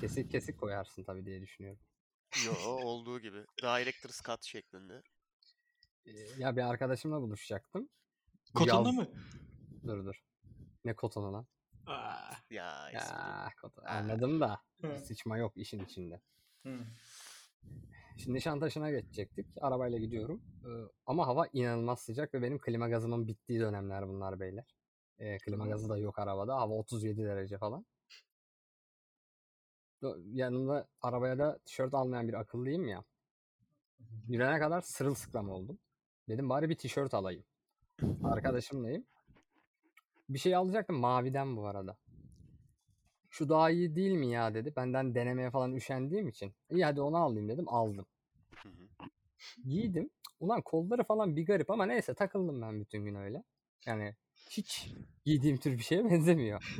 Kesin kesik koyarsın tabii diye düşünüyorum. Yo olduğu gibi. Director's Cut şeklinde. Ee, Ya bir arkadaşımla buluşacaktım. Bu Kotonda yaz- mı? Dur dur. Ne kotonu lan? Aa, Ya, espri. Ya, koton. Aa. Anladım da Ah. Hı. sıçma yok işin içinde. hı. Şimdi Nişantaşı'na geçecektik. Arabayla gidiyorum. Ee, ama hava inanılmaz sıcak ve benim klima gazımın bittiği dönemler bunlar beyler. Ee, klima gazı da yok arabada. Hava 37 derece falan. Dö- Yanımda arabaya da tişört almayan bir akıllıyım ya. Yürene kadar sırılsıklam oldum. Dedim bari bir tişört alayım. Arkadaşımlayım. Bir şey alacaktım maviden bu arada. Şu daha iyi değil mi ya dedi. Benden denemeye falan üşendiğim için. İyi hadi onu alayım dedim aldım. Hı hı. Giydim. Ulan kolları falan bir garip ama neyse takıldım ben bütün gün öyle. Yani hiç giydiğim tür bir şeye benzemiyor.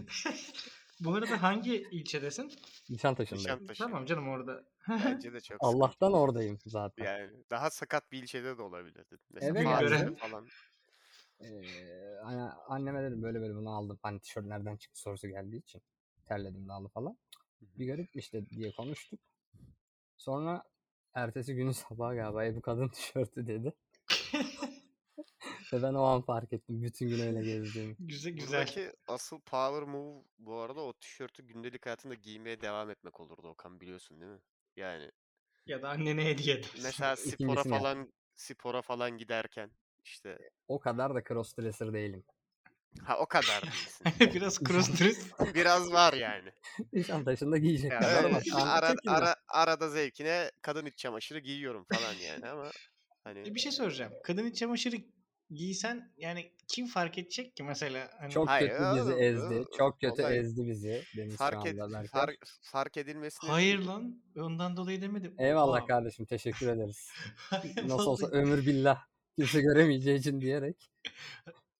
Bu arada hangi ilçedesin? Nişantaşı'ndayım. Nişantaşı. Tamam canım orada. Bence de çok sıkıntı. Allah'tan oradayım zaten. Yani daha sakat bir ilçede de olabilirdi. Mesela Evet. Fatih'te Göre. falan. Ee, hani anneme dedim böyle böyle bunu aldım. Hani tişört nereden çıktı sorusu geldiği için. Terledim dağılı falan. Bir garip işte diye konuştuk. Sonra ertesi günü sabah galiba "E, bu kadın tişörtü dedi. Ve ben o an fark ettim. Bütün gün öyle gezdiğimi. güzel güzel. Buradaki asıl power move bu arada o tişörtü gündelik hayatında giymeye devam etmek olurdu Okan biliyorsun değil mi? Yani Ya da annene hediye et. mesela spora İkincisini yap. falan spora falan giderken işte O kadar da crossdresser değilim. E ha o kadar değilsin. Biraz cross dress. Biraz var yani. Nişantaşı'nda giyecek Yani kadar öyle ama şu an ara, çekindim. ara, arada zevkine kadın iç çamaşırı giyiyorum falan yani ama hani bir şey soracağım. Kadın iç çamaşırı giysen yani kim fark edecek ki mesela? Hani Çok Hayır, kötü bizi oğlum, ezdi. oğlum, Çok kötü olay- ezdi bizi. Deniz fark, fark et, anda Berker. fark, fark edilmesini Hayır lan. Ondan dolayı demedim. Eyvallah Oha. kardeşim teşekkür ederiz. Hayır, Nasıl olsa vallahi. ömür billah kimse göremeyeceği için diyerek.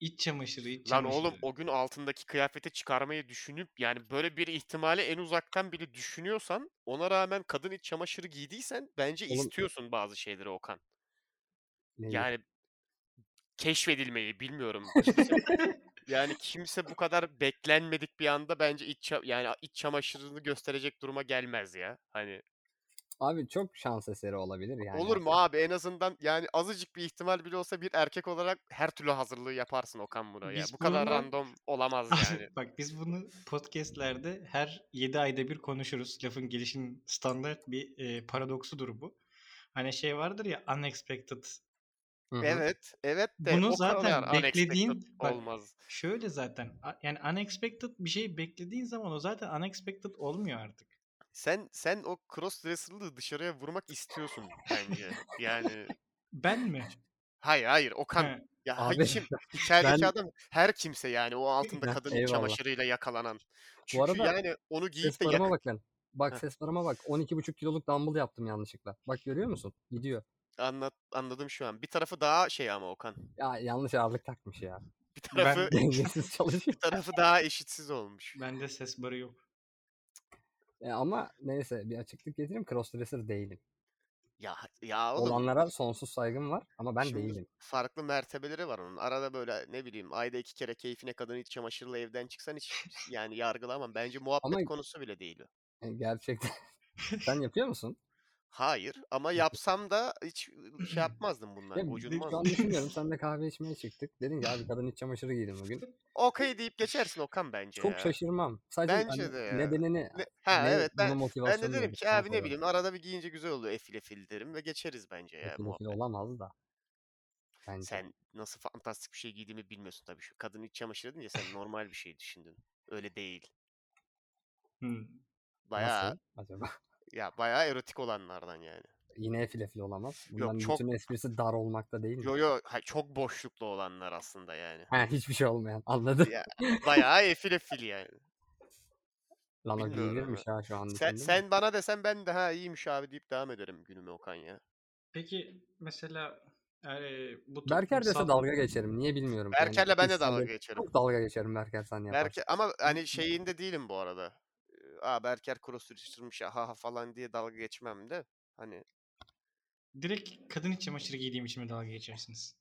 İç çamaşırı, iç Lan çamaşırı. oğlum o gün altındaki kıyafeti çıkarmayı düşünüp yani böyle bir ihtimali en uzaktan bile düşünüyorsan ona rağmen kadın iç çamaşırı giydiysen bence Oğlum- istiyorsun bazı şeyleri Okan. Neyi? Yani keşfedilmeyi bilmiyorum. Kimse- yani kimse bu kadar beklenmedik bir anda bence iç ça- yani iç çamaşırını gösterecek duruma gelmez ya. Hani Abi çok şans eseri olabilir yani. olur mu abi en azından yani azıcık bir ihtimal bile olsa bir erkek olarak her türlü hazırlığı yaparsın Okan buraya. Biz Bu kadar bununla- random olamaz yani. Ah, Bak biz bunu podcastlerde her 7 ayda bir konuşuruz. Lafın gelişin standart bir e, paradoksudur bu. Hani şey vardır ya unexpected. Hı hı. Evet, evet de Bunu o zaten kadar unexpected beklediğin- bak- olmaz. Şöyle zaten a- yani unexpected bir şey beklediğin zaman o zaten unexpected olmuyor artık. Sen sen o crossdresser'lığı dışarıya vurmak istiyorsun bence. Yani Ben mi? hayır hayır Okan He. ya ha- Abi kim içerideki ben- adam her kimse yani o altında Heh, kadın eyvallah. çamaşırıyla yakalanan. Çünkü arada yani onu ses giyip de barıma yak- bak lan. Bak Heh. ses barıma bak. 12,5 kiloluk dumbbell yaptım yanlışlıkla. Bak görüyor musun? Gidiyor. anlat anladım şu an. Bir tarafı daha şey ama Okan. Ya yanlış ağırlık takmış ya. Bir tarafı Dengesiz çalışıyor. bir tarafı daha eşitsiz olmuş. Bende ses barı yok. E ama neyse bir açıklık getireyim. Crossdresser değilim. Ya ya oğlum Olanlara sonsuz saygım var ama ben Şimdi değilim. farklı mertebeleri var onun. Arada böyle ne bileyim ayda iki kere keyfine kadın iç çamaşırla evden çıksan hiç yani yargılamam. Bence muhabbet Ama- konusu bile değil o. E, gerçekten. Sen yapıyor musun? Hayır ama yapsam da hiç şey yapmazdım bunlar. Ya, bir- şu an Gocunmazdım. düşünüyorum. Sen de kahve içmeye çıktık. Dedin ki abi kadın iç çamaşırı giydim bugün. Okey deyip geçersin Okan bence Çok ya. şaşırmam. Sadece Bence hani de ya. nedenini hani Ne- Ha ne- evet ben bunun ben de motivasyonu derim nedir? ki Sen abi ne söyle. bileyim arada bir giyince güzel oluyor efil efil derim ve geçeriz bence ya Efil efil muhabbet. olamaz da. Bence. Sen nasıl fantastik bir şey giydiğimi bilmiyorsun tabii şu kadın iç çamaşırı deyince sen normal bir şey düşündün. Öyle değil. Hmm. Bayağı Nasıl acaba? ya bayağı erotik olanlardan yani. Yine efil efil olamaz. Yok, Bunların çok- bütün esprisi dar olmakta değil mi? Yo yo ha, çok boşluklu olanlar aslında yani. Ha, hiçbir şey olmayan. Anladım. Ya, bayağı efil efil yani. Lan o Bilmiyorum giyilirmiş ha şu an. Sen, düşündüm. sen bana desen ben de ha iyiymiş abi deyip devam ederim günüme Okan ya. Peki mesela yani bu Berker dese toplumsal- dalga geçerim. Niye bilmiyorum. Yani Berker'le ben de dalga içsel- geçerim. Çok dalga geçerim Berker sen yapar. Berker, ama hani şeyinde değilim bu arada. Ee, Aa Berker kuru sürüştürmüş ya ha ha falan diye dalga geçmem de. Hani Direkt kadın iç çamaşırı giydiğim için mi dalga geçersiniz?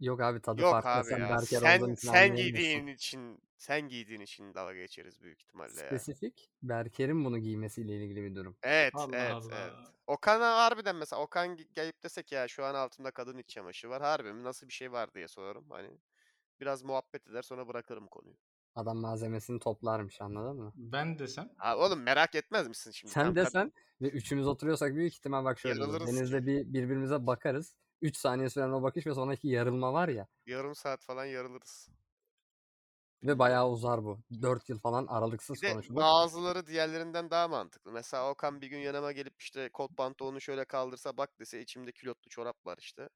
Yok abi tadı yok farklı. abi sen ya. Berker Sen olduğun için sen anlayamıyorsun. giydiğin için sen giydiğin için dalga geçeriz büyük ihtimalle ya. Spesifik Berker'in bunu giymesiyle ilgili bir durum. Evet, Allah evet, Allah. evet. Okan'a harbiden mesela Okan ge- gelip desek ya şu an altında kadın iç çamaşırı var. Harbi mi? Nasıl bir şey var diye sorarım. Hani biraz muhabbet eder sonra bırakırım konuyu. Adam malzemesini toplarmış anladın mı? Ben desem Ha, oğlum merak etmez misin şimdi? Sen Tam kad- desen ve üçümüz oturuyorsak büyük ihtimal bak şöyle olur. Yarılırız Denizde bir birbirimize bakarız. 3 saniye süren o bakış ve sonraki yarılma var ya. yarım saat falan yarılırız. Ve bayağı uzar bu. 4 yıl falan Bir aralıksız de konuşulur. bazıları diğerlerinden daha mantıklı. Mesela Okan bir gün yanıma gelip işte kot pantolonu şöyle kaldırsa bak dese içimde külotlu çorap var işte.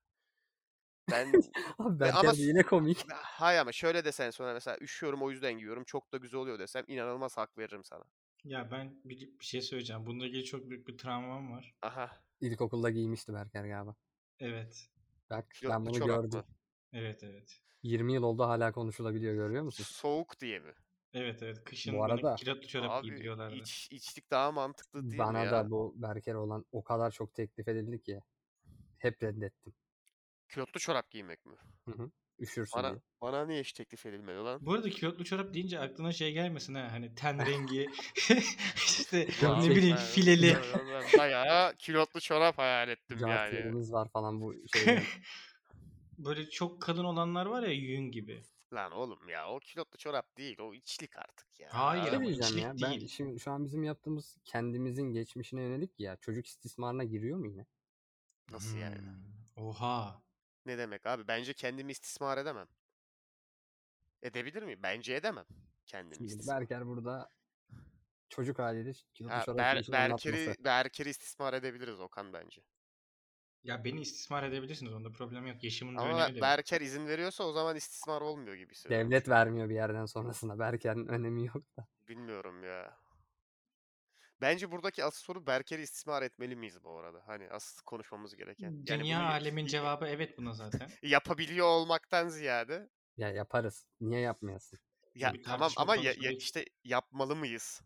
Ben Abi Berker ama de yine komik. hayır ama şöyle desen sonra mesela üşüyorum o yüzden giyiyorum çok da güzel oluyor desem inanılmaz hak veririm sana. ya ben bir, bir şey söyleyeceğim. Bununla ilgili çok büyük bir travmam var. Aha. İlkokulda giymişti Berker galiba. Evet. Bak ben Külotlu bunu çorap gördüm. mı? Evet evet. 20 yıl oldu hala konuşulabiliyor görüyor musun? Soğuk diye mi? Evet evet. Kışın Bu bana arada- kilotlu çorap giydiriyorlardı. Abi iç, içlik daha mantıklı değil Bana mi ya? da bu Berker olan o kadar çok teklif edildi ki hep reddettim. Külotlu çorap giymek mi? Üşürsün Bana, diye. bana niye hiç teklif edilmedi lan? Bu arada kilotlu çorap deyince aklına şey gelmesin ha hani ten rengi işte Ya ne bileyim ben- fileli. ben- ben Bayağı külotlu çorap hayal ettim yani. Cahitlerimiz var falan bu şeyde. Böyle çok kalın olanlar var ya yün gibi. Lan oğlum ya o külotlu çorap değil o içlik artık ya. şey Hayır Ne ama şey diyeceğim içlik ya? Ben değil. şimdi şu an bizim yaptığımız kendimizin geçmişine yönelik ya. Çocuk istismarına giriyor mu yine? Nasıl yani? Hmm, Oha. Ne demek abi? Bence kendimi istismar edemem. Edebilir miyim? Bence edemem. Kendimi Şimdi istismar. Berker burada çocuk haliyle kilolu Ha, çorap Ber, giyişini anlatması. Berker'i, Berker'i istismar edebiliriz Okan bence. Ya beni istismar edebilirsiniz onda problem yok. Yaşımın da Ama önemi de Ber- yok. Berker izin veriyorsa o zaman istismar olmuyor gibi hissediyorum. Devlet vermiyor bir yerden sonrasında. Berker'in önemi yok da. Bilmiyorum ya. Bence buradaki asıl soru Berker'i istismar etmeli miyiz bu arada? Hani asıl konuşmamız Hmm. gereken. Yani Dünya bunu y- alemin y- cevabı evet buna zaten. Yapabiliyor olmaktan ziyade. Ya yaparız. Niye yapmayasın? Ya bir tamam tartışma ama ya- konusu ya değil. işte yapmalı mıyız?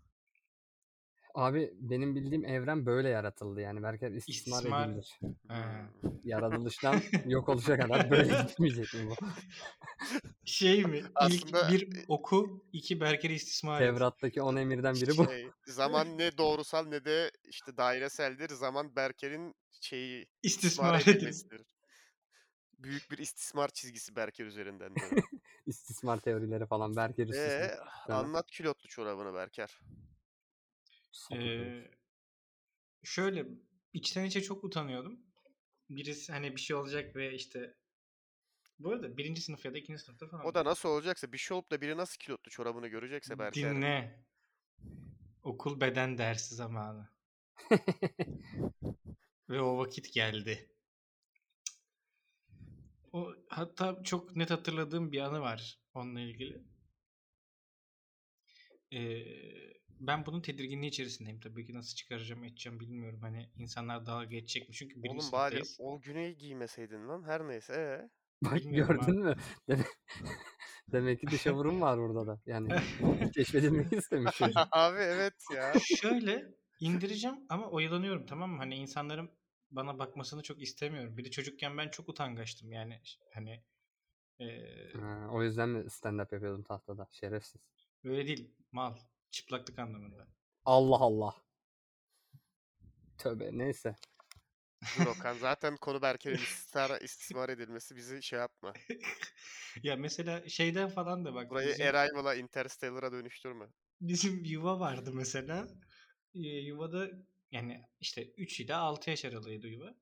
Abi benim bildiğim evren böyle yaratıldı yani. Berker istismar, İstismar- edilir. Ha. Hmm. Yaratılıştan yok oluşa kadar böyle gitmeyecek mi bu? Şey mi? Aslında- İlk bir oku, iki Berker'i istismar et. Tevrat'taki on emirden biri bu. Şey, zaman ne doğrusal ne de işte daireseldir. Zaman Berker'in şeyi istismar İstismar edin. edilmesidir. Büyük bir istismar çizgisi Berker üzerinden. dönüyor. İstismar teorileri falan. Berker istismar. Ee, anlat külotlu çorabını Berker. Sapık herif. Ee, şöyle içten içe çok utanıyordum. Birisi hani bir şey olacak ve işte bu arada birinci sınıf ya da ikinci sınıfta falan. O da nasıl olacaksa bir şey olup da biri nasıl külotlu çorabını görecekse Berker. Dinle. Okul beden dersi zamanı. Ve o vakit geldi. O hatta çok net hatırladığım bir anı var onunla ilgili. Ee, ben bunun tedirginliği içerisindeyim tabii ki nasıl çıkaracağım edeceğim bilmiyorum hani insanlar dalga geçecek mi çünkü birinci Oğlum bari sınıftayız. o güne giymeseydin lan her neyse. Ee? Bak Bilmiyorum abi. gördün mü? Demek, demek ki dışa vurum var burada da. Yani keşfedilmek istemiş çocuk. Abi evet ya. Şöyle indireceğim ama oyalanıyorum tamam mı? Hani insanların bana bakmasını çok istemiyorum. Bir de çocukken ben çok utangaçtım yani ş- hani eee, Ha, o yüzden mi stand-up yapıyordum tahtada? Şerefsiz. öyle değil mal çıplaklık anlamında. Allah Allah. Tövbe neyse. Dur Okan zaten konu Berker'in istismar, istismar edilmesi bizi şey yapma. ya mesela şeyden falan da bak Burayı bizim, Arrival'a Interstellar'a dönüştürme. bizim yuva vardı mesela. Ee, yuvada yani işte 3 ile 6 yaş aralığıydı yuva.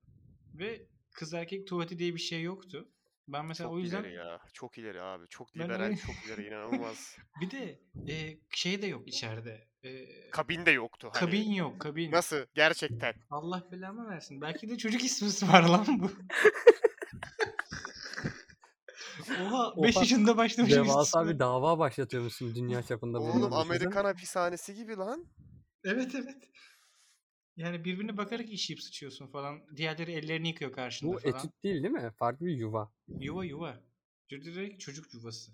Ve kız erkek tuvaleti diye bir şey yoktu. Ben mesela çok o yüzden ileri ya. Çok ileri abi. Çok Ben o- liberal, çok ileri inanılmaz. bir de e, şey de yok içeride. Ee, Kabin de yoktu hani. kabin yok kabin. Nasıl? Gerçekten. Allah belamı versin. Belki de çocuk ismi var lan bu. Oha 5 yaşında başlamış Devasa üstüne. bir dava başlatıyormuşsun dünya çapında. bunun Oğlum düşünsene. Amerikan hapishanesi gibi lan. Evet evet. Yani birbirine bakarak işeyip sıçıyorsun falan. Diğerleri ellerini yıkıyor karşında Bu falan. etüt değil değil mi? Farklı bir yuva. Yuva yuva. Direkt çocuk yuvası.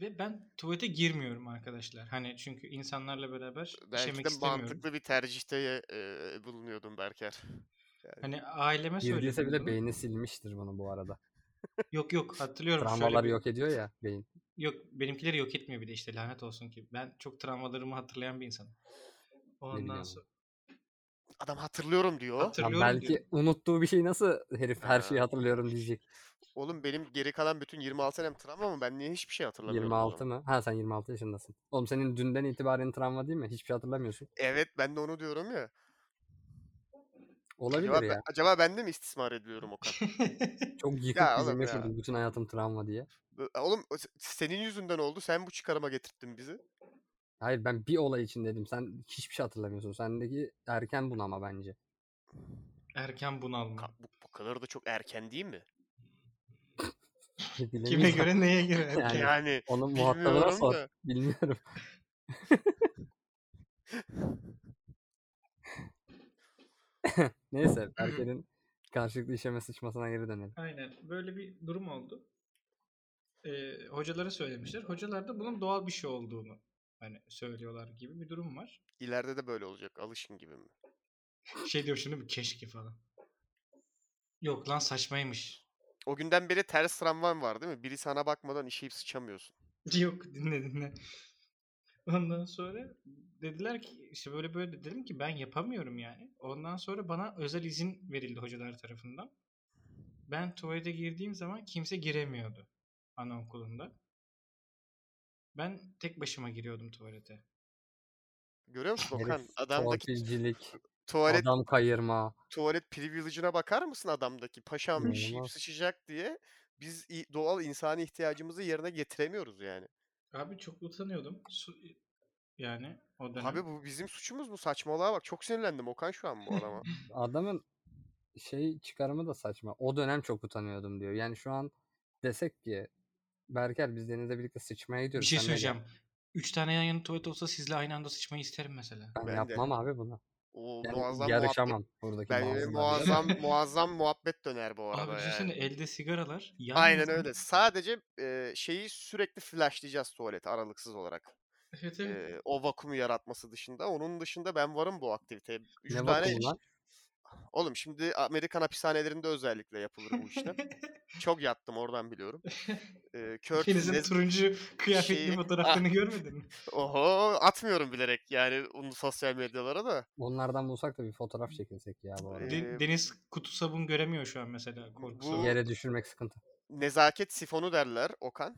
Ve ben tuvalete girmiyorum arkadaşlar. Hani çünkü insanlarla beraber Belki işemek de istemiyorum. mantıklı bir tercihte e, bulunuyordum Berker. Hani aileme Girdiyse söyledim bile bunu. beyni silmiştir bunu bu arada. Yok yok hatırlıyorum. şöyle Travmaları bir- yok ediyor ya beyin. Yok benimkileri yok etmiyor bir de işte lanet olsun ki. Ben çok travmalarımı hatırlayan bir insanım. Ondan bileyim. sonra Adam hatırlıyorum diyor. Lan hatırlıyorum belki diyor. unuttuğu bir şeyi nasıl herif her şeyi Ha. hatırlıyorum diyecek. Oğlum benim geri kalan bütün 26 senem travma mı? Ben niye hiçbir şey hatırlamıyorum? o zaman? 26 mı? Ha sen 26 yaşındasın. Oğlum senin dünden itibaren travma değil mi? Hiçbir şey hatırlamıyorsun. Evet ben de onu diyorum ya. Olabilir acaba, ben- ya. acaba ben de mi istismar ediliyorum o kadar? Çok yıkık Ya bir oğlum cümle ya. kurdum. Bütün hayatım travma diye. Bö- Oğlum o se- senin yüzünden oldu. Sen bu çıkarıma getirdin bizi. Hayır ben bir olay için dedim. Sen hiçbir şey hatırlamıyorsun. Sendeki erken bunama bence. Erken bunalma. Ka- Bu, bu kadar da çok erken değil mi? Kime Bilemiyorum. göre neye göre erken. Yani- Yani Onun muhatabına bilmiyorum sor. da. Bilmiyorum. Neyse Berker'in karşılıklı işeme sıçmasına geri dönelim. Aynen. Böyle bir durum oldu. Ee, hocalara söylemişler. Hocalar da bunun doğal bir şey olduğunu hani söylüyorlar gibi bir durum var. İleride de böyle olacak. Alışın gibi mi? Şey diyor şunu bir keşke falan. Yok lan saçmaymış. O günden beri ters travman var değil mi? Biri sana bakmadan işeyip sıçamıyorsun. Yok dinle dinle. Ondan sonra dediler ki işte böyle böyle dedim ki ben yapamıyorum yani. Ondan sonra bana özel izin verildi hocalar tarafından. Ben tuvalete girdiğim zaman kimse giremiyordu anaokulunda. Ben tek başıma giriyordum tuvalete. Görüyor musun Herif Okan? Adamdaki torpilcilik, tuvalet adam kayırma. tuvalet privilege'ına bakar mısın adamdaki? Paşam işeyip İnanılmaz. sıçacak diye biz i- doğal insani ihtiyacımızı yerine getiremiyoruz yani. Abi çok utanıyordum. Su, yani o dönem. Abi bu bizim suçumuz mu? Saçmalığa bak. Çok sinirlendim Okan şu an bu adama. Adamın şey çıkarımı da saçma. O dönem çok utanıyordum diyor. Yani şu an desek ki Berker biz denize birlikte sıçmaya bir gidiyoruz. şey sen de gel." söyleyeceğim. Üç tane yan yana tuvalet olsa sizle aynı anda sıçmayı isterim mesela. Ben, Ben de. yapmam abi bunu. O Ben muazzam muhabbet. yarışamam buradaki Ben e, bazılarıyla. muazzam muazzam muhabbet döner bu arada Abi yani. düşünsene elde sigaralar. yan Aynen yana- öyle. Sadece e, şeyi sürekli flashlayacağız tuvalete aralıksız olarak. Evet, evet. E, o vakumu yaratması dışında. Onun dışında ben varım bu aktiviteye. Üç Ne tane... bakıyorsun lan? Oğlum şimdi Amerikan hapishanelerinde özellikle yapılır bu işlem. Çok yattım oradan biliyorum. E, Kurt İkinizin Les- turuncu kıyafetli Şey- fotoğraflarını görmedin mi? Oho atmıyorum bilerek yani onu sosyal medyalara da. Onlardan bulsak da bir fotoğraf çekilsek ya bu arada. De- Ee, Deniz kutu sabun göremiyor şu an mesela korkusu. bu- Yere düşürmek sıkıntı. Nezaket sifonu derler Okan.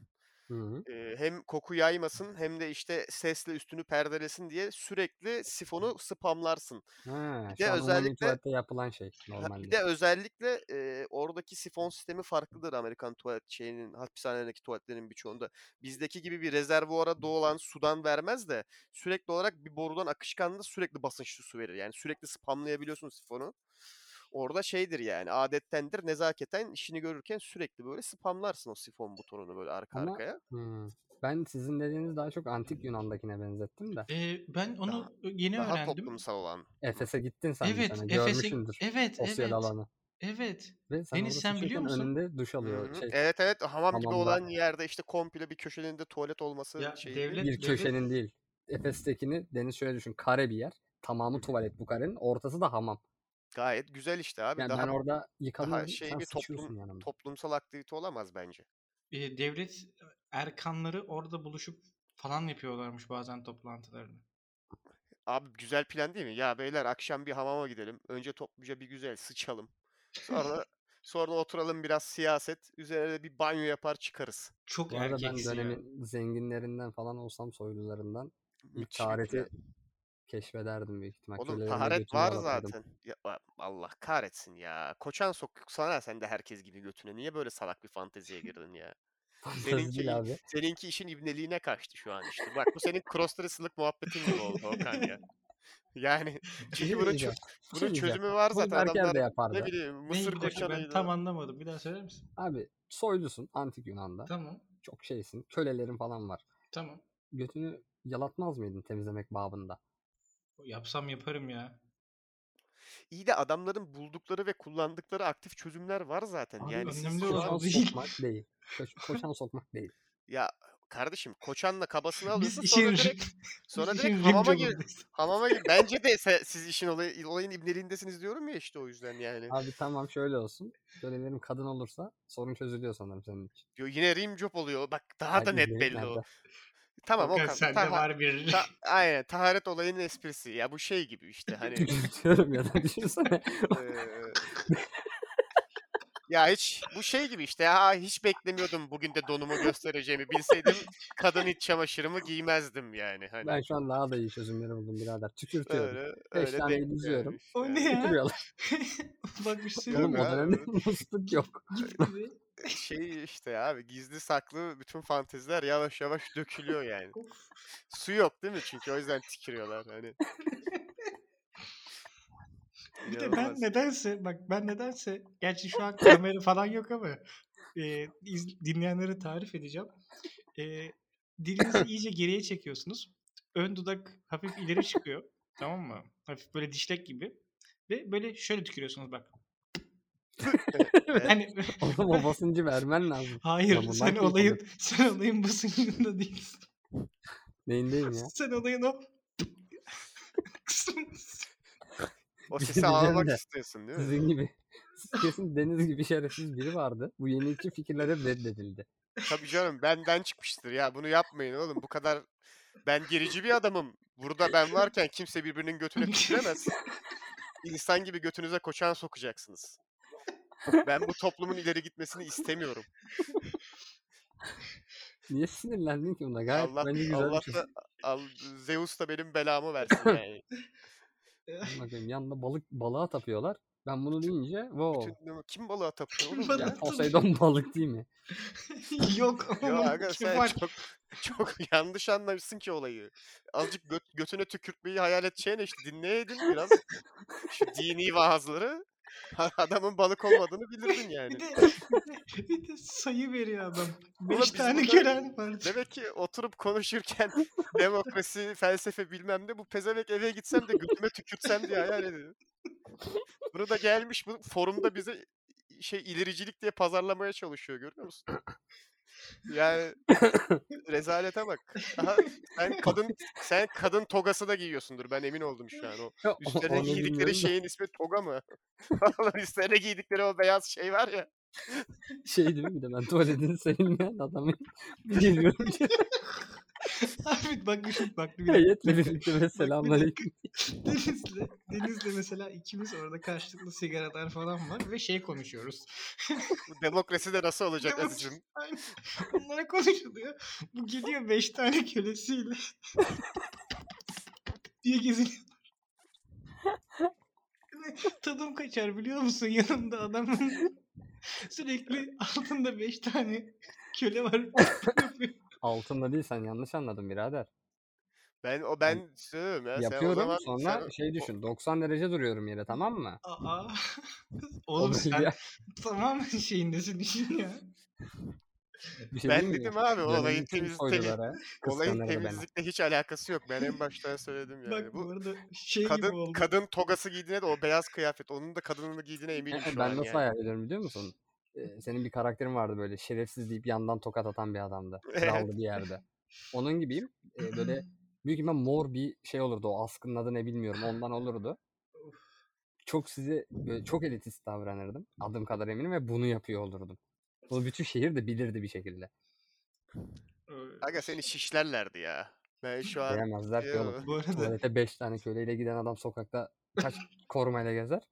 Hı hı. Ee, hem koku yaymasın hem de işte sesle üstünü perdelesin diye sürekli sifonu spamlarsın. Ha, Bir şu de an özellikle... özellikle- tuvalette yapılan şey Ha, normalde. Bir de özellikle e, oradaki sifon sistemi farklıdır Amerikan tuvalet şeyinin hapishanelerdeki tuvaletlerin birçoğunda. Bizdeki gibi bir rezervuara doğulan sudan vermez de sürekli olarak bir borudan akışkanlı sürekli basınçlı su verir. Yani sürekli spamlayabiliyorsun sifonu. Orada şeydir yani adettendir nezaketen işini görürken sürekli böyle spamlarsın o sifon butonunu böyle arka Ama- arkaya. Hı. Ben sizin dediğiniz daha çok antik Yunan'dakine benzettim de. Ee, ben onu Daha- yeni Daha öğrendim. toplumsal olan. Efes'e gittin sen bir Evet, tane Efes'e görmüşsündür. evet, Sosyal evet. alanı. Evet. Ve sen Deniz, orada sen biliyor sıçıyorken musun? önünde duş alıyor. Hı hı. Şey, Evet evet hamam gibi hamamda. olan yerde işte komple bir köşenin de tuvalet olması Ya şeyi. devlet- bir köşenin değil. Efes'tekini Deniz şöyle düşün. Kare bir yer. Tamamı tuvalet bu karenin. Ortası da hamam. Gayet güzel işte abi. Yani daha ben orada yıkanıyorum. şey sen bir toplum- sıçıyorsun yanımda. toplumsal aktivite olamaz bence. Ee, devlet erkanları orada buluşup falan yapıyorlarmış bazen toplantılarını. Abi güzel plan değil mi? Ya beyler akşam bir hamama gidelim. Önce topluca bir güzel sıçalım. Sonra sonra oturalım biraz siyaset. Üzerine de bir banyo yapar çıkarız. Çok Bu arada ben erkeksi ya. dönemin zenginlerinden falan olsam soylularından ilk Müthiş bir tahareti plan. keşfederdim büyük ihtimal. Oğlum Kölelerime taharet götümü var yalatırdım. zaten. Ya, a- Allah kahretsin ya. Koçan sok sana sen de herkes gibi götüne. Niye böyle salak bir fanteziye girdin ya? Fantezi şeyin- değil abi. Seninki işin ibneliğine kaçtı şu an işte. Bak bu senin cross muhabbetin gibi oldu Okan ya. Yani çünkü bunun, çö- Bir şey bunun diyeceğim. çözümü var Bunu zaten. Berker de Adamlar ne yapardı. bileyim Neyi mısır bir dakika ben koşanıydı. tam anlamadım. Bir daha söyler misin? Abi soylusun antik Yunan'da. Tamam. Çok şeysin. Kölelerin falan var. Tamam. Götünü yalatmaz mıydın temizlemek babında? Yapsam yaparım ya. İyi de adamların buldukları ve kullandıkları aktif çözümler var zaten. Abi yani siz önemli şu olan an- Koşan o değil. sokmak değil. Koş- koşan sokmak değil. ya kardeşim koçanla kabasını Biz alıyorsun sonra işin, direkt, sonra biz direkt işin hamama rimci gir. olalım. Hamama gir. Bence de se- siz işin olayı, olayın ibneliğindesiniz diyorum ya işte o yüzden yani. Abi tamam şöyle olsun. Kölelerim kadın olursa sorun çözülüyor sanırım senin için. Diyor, yine rim job oluyor. Bak daha Ay, da net izleyin belli nerede? o. Tamam Okan, Okan. sende taha- var bir. ta- aynen taharet olayının esprisi. Ya bu şey gibi işte hani. Düşünüyorum ya da düşünsene. eee, ya hiç bu şey gibi işte ya hiç beklemiyordum bugün de donumu göstereceğimi bilseydim kadın iç çamaşırımı giymezdim yani hani. ben şu an daha da iyi çözümleri buldum birader. Tükürtüyorum. öyle beş öyle taneyi denk düzüyorum. gelmiş O yani. ne ya? Tükürüyorlar. Bak bir şey Yok Oğlum o söyleyeyim ya, dönemde musluk yok. mi? şey işte abi gizli saklı bütün fanteziler yavaş yavaş dökülüyor yani. Of. Su yok değil mi? Çünkü o yüzden tikiriyorlar hani. Bir de ben İnanılmaz. nedense bak ben nedense gerçi şu an kamera falan yok ama e, iz- dinleyenlere tarif edeceğim. E, dilinizi iyice geriye çekiyorsunuz. Ön dudak hafif ileri çıkıyor. tamam mı? Hafif böyle dişlek gibi. Ve böyle şöyle tükürüyorsunuz bak. Yani Oğlum o basıncı vermen lazım. Ya hayır bunlar sen kim olayın sen olayın basıncında değilsin. Neyindeyim ya? Sen olayın o kısmındasın. O Bir şey sesi diyeceğim almak de, istiyorsun değil mi? Sizin gibi. Kesin Deniz gibi şerefsiz biri vardı. Bu yenilikçi fikirler hep reddedildi. Tabii canım benden çıkmıştır ya bunu yapmayın oğlum bu kadar ben gerici bir adamım. Burada ben varken kimse birbirinin götüne tüküremez. İnsan gibi götünüze koçan sokacaksınız. Ben bu toplumun ileri gitmesini istemiyorum. Niye sinirlendin ki buna? Gayet Allah, bence güzel Allah bir şey. da, Al- Zeus da benim belamı versin yani. Amına koyayım, Yanında balık balığa tapıyorlar. Ben bunu deyince wow. Bütün, kim balığa tapıyor Kim oğlum? balığa- ya? Ya Bütün- Poseidon balık değil mi? Yok Yo ama aga kim sen var? çok çok yanlış anlamışsın ki olayı. Azıcık göt, götüne tükürtmeyi hayal edeceğine işte dinleyeydin biraz şu dini vaazları. Adamın balık olmadığını bilirdin yani. Bir de, bir de- bir de sayı veriyor adam. Beş Hani biz tane burada- gören var. Demek ki oturup konuşurken demokrasi, felsefe bilmem ne bu pezevenk eve gitsem de götüme tükürtsem diye hayal ediyor. Bunu da gelmiş bu forumda bize şey ilericilik diye pazarlamaya çalışıyor görüyor musun? Yani rezalete bak. Aha, sen kadın sen kadın togası da giyiyorsundur ben emin oldum şu an o. Ya, o- Üstlerine onu bilmiyorum da giydikleri şey. şeyin ismi toga mı? Vallahi üstlerine giydikleri o beyaz şey var ya. Şey değil mi? Bir de ben tuvaletini sevinmeyen adamım. Bir geliyorum ki Abi bak düşün bak bir dakika. heyetle birlikte ve selamünaleyküm. Deniz'le, Deniz'le mesela ikimiz orada karşılıklı sigaralar falan var ve şey konuşuyoruz. Bu demokrasi de nasıl olacak Demokrasi- azıcım? Aynen. Bunlara konuşuluyor. Bu geliyor beş tane kölesiyle. diye geziniyorlar. Ve Tadım kaçar biliyor musun? Yanımda adamın sürekli altında beş tane köle var. Altında değil sen yanlış anladın birader. Ben o ben söylüyorum ya. sen o Yapıyorum zaman, sonra sen- şey o- düşün 90 derece duruyorum yere tamam mı? Aa. O Oğlum böyle sen ya, tamamen şeyindesin işin ya. bir şey ben diyeyim mi? şey dedim abi Dönemin olayın tüm temiz, temiz, soylulara olayın kıskanırdı beni. temizlikle hiç alakası yok. Ben en baştan söyledim yani. Bak bu bu arada şey gibi kadın oldu. kadın togası giydiğine de o beyaz kıyafet. Onun da kadınını giydiğine eminim Ee, şu an Ben nasıl yani. hayal ediyorum biliyor musun? Ee, Senin bir karakterin vardı böyle şerefsiz deyip yandan tokat atan bir adamdı. Kraldı bir yerde. Onun gibiyim. Ee, Böyle büyük ihtimal mor bir şey olurdu o askının adı ne bilmiyorum ondan olurdu. Çok size böyle çok elitist davranırdım. Adım kadar eminim ve bunu yapıyor olurdum. Bunu bütün şehir de bilirdi bir şekilde. Aga seni şişlerlerdi ya. Ben şu an Beğenmezler ki oğlum. Yo. Bu arada Tuvalete 5 tane köleyle giden adam sokakta kaç korumayla gezer?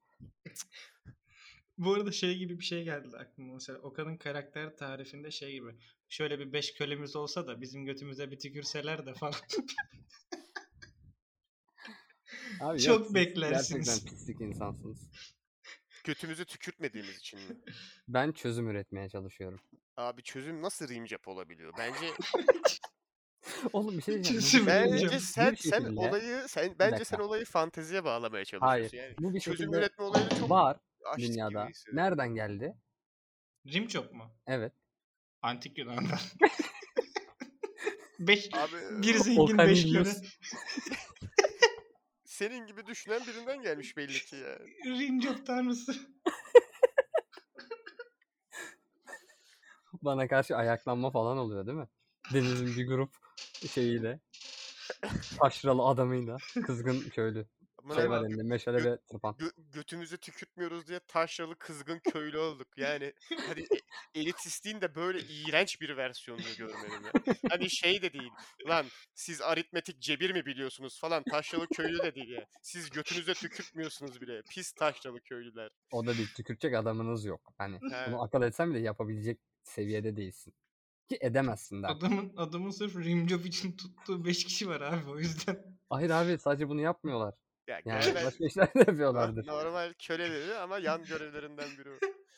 bu arada şey gibi bir şey geldi aklıma mesela Okan'ın karakter tarifinde şey gibi şöyle bir beş kölemiz olsa da bizim götümüze bir tükürseler de falan. Abi Çok siz beklersiniz. Gerçekten pislik insansınız. götümüzü tükürtmediğimiz için mi? Ben çözüm üretmeye çalışıyorum. Abi çözüm nasıl rimcap olabiliyor? Bence Oğlum bir şey diyeceğim. Çizim Bu bir Bilmiyorum. Bence şekilde- sen bir sen şekilde- olayı sen bence sen dakika. olayı fanteziye bağlamaya çalışıyorsun. Hayır. Yani bu bir çözüm şekilde üretme olayını çok var aştık gibi dünyada. hissediyorum. Nereden geldi? Rimçok mu? Evet. Antik Yunan'dan. Beş, Abi bir zengin beş köle. Okanilius. senin gibi düşünen birinden gelmiş belli ki yani. Rimcok tanrısı. Bana karşı ayaklanma falan oluyor değil mi? Deniz'in bir grup şeyiyle. Taşralı adamıyla. Kızgın köylü. Aman Şey abi, var elinde. Meşale ve tırpan. gö- götümüzü tükürtmüyoruz diye taşralı kızgın köylü olduk. Yani hani e- elitistliğin de böyle iğrenç bir versiyonunu görmedim ya. Hani şey de değil. Lan siz aritmetik cebir mi biliyorsunuz falan taşralı köylü de değil ya. Siz götünüze tükürtmüyorsunuz bile. Pis taşralı köylüler. O da bir tükürtecek adamınız yok. Hani He. bunu akıl etsen bile yapabilecek seviyede değilsin. Ki edemezsin de. Adamın, adamın sırf Rimcok için tuttuğu beş kişi var abi o yüzden. Hayır abi sadece bunu yapmıyorlar. Ya Yani galiba başka işler de yapıyorlardır. normal köleleri ama yan görevlerinden biri o.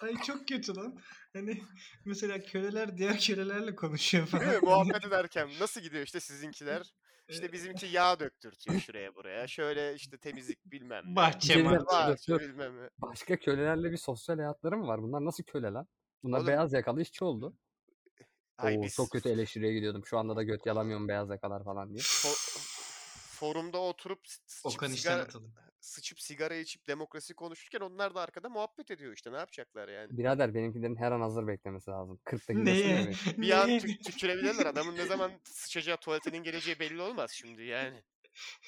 Ay çok kötü lan. Hani mesela köleler diğer kölelerle konuşuyor Değil mi? falan. Muhabbet ederken nasıl gidiyor işte sizinkiler? Ee, İşte bizimki yağ döktürtüyor şuraya buraya. Şöyle işte temizlik bilmem ne. Bahçe Cemil- var. Bahçe Dur, dur. bilmem ne. Başka kölelerle bir sosyal hayatları mı var? Bunlar nasıl köle lan? Bunlar Oğlum- beyaz yakalı işçi oldu. Ay Oo, biz Çok kötü eleştiriye gidiyordum. Şu anda da göt yalamıyorum beyaz yakalar falan diye. fo- forumda oturup s- sıçıp Okan işten sigara, atalım. sıçıp sigara içip demokrasi konuşurken onlar da arkada muhabbet ediyor işte ne yapacaklar yani. Birader benimkilerin her an hazır beklemesi lazım. 40 dakika Neye? sürüyor. Bir an Neye? tü- tükürebilirler adamın ne zaman sıçacağı tuvaletinin geleceği belli olmaz şimdi yani.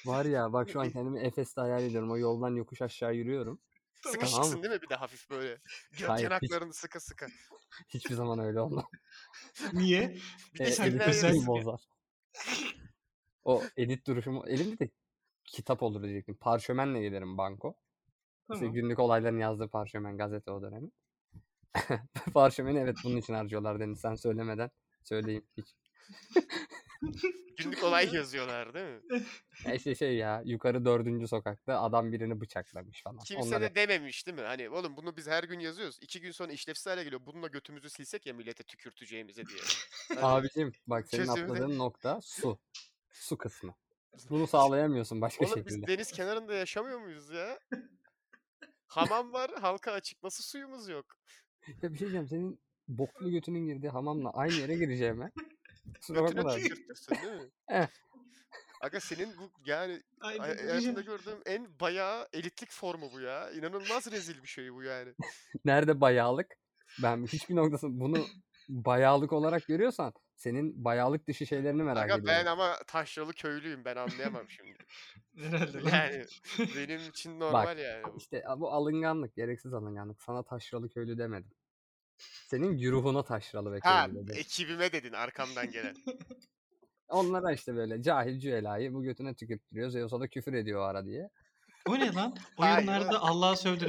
Var ya bak şu an kendimi Efes'te hayal ediyorum. O yoldan yokuş aşağı yürüyorum. Sıkışıksın değil mi bir de hafif böyle. Göt Hayır, hiç- yanaklarını sıkı sıkı. Hiçbir zaman öyle olmaz. Niye? Bir E, de sen edit nereden duruşumu özellikle- sinirlenirsin. bozar. O edit duruşumu elimde de kitap olur diyecektim. Parşömenle gelirim banko. İşte Tamam. günlük olayların yazdığı parşömen gazete o dönemi. Parşömeni evet bunun için harcıyorlar Deniz. Sen söylemeden söyleyeyim hiç. Günlük olay yazıyorlar değil mi? Ya işte şey ya yukarı dördüncü sokakta adam birini bıçaklamış falan. Kimse Onları- de dememiş değil mi? Hani oğlum bunu biz her gün yazıyoruz. İki gün sonra işlevsiz hale geliyor. Bununla götümüzü silsek ya millete tükürteceğimize diye. Hani Abicim bak senin Çözümü- atladığın nokta su. Su kısmı. Bunu sağlayamıyorsun başka Oğlum biz şekilde. deniz kenarında yaşamıyor muyuz ya? Hamam var, halka açık. Nasıl suyumuz yok? Ya bir şey diyeceğim senin boklu götünün girdiği hamamla aynı yere gireceğime. Kusura bakma da. Götüne tükürtürsün değil mi? Eh. Aga senin bu yani Ay, şey hay- hayatımda gördüğüm en bayağı elitlik formu bu ya. İnanılmaz rezil bir şey bu yani. Nerede bayağılık? Ben hiçbir noktasın bunu bayağılık olarak görüyorsan senin bayağılık dışı şeylerini merak Aga ben ediyorum. ama taşralı köylüyüm ben anlayamam şimdi. Herhalde lan. Yani benim için normal yani bu. İşte bu alınganlık, gereksiz alınganlık. Sana taşralı köylü demedim. Senin güruhuna taşralı ve Ha köylü dedim. e ekibime dedin arkamdan gelen. Onlara işte böyle cahil cüelayı bu götüne tükürttürüyor. Zeus'a da küfür ediyor o ara diye. O ne lan? Hayır, Oyunlarda Allah'a sövdü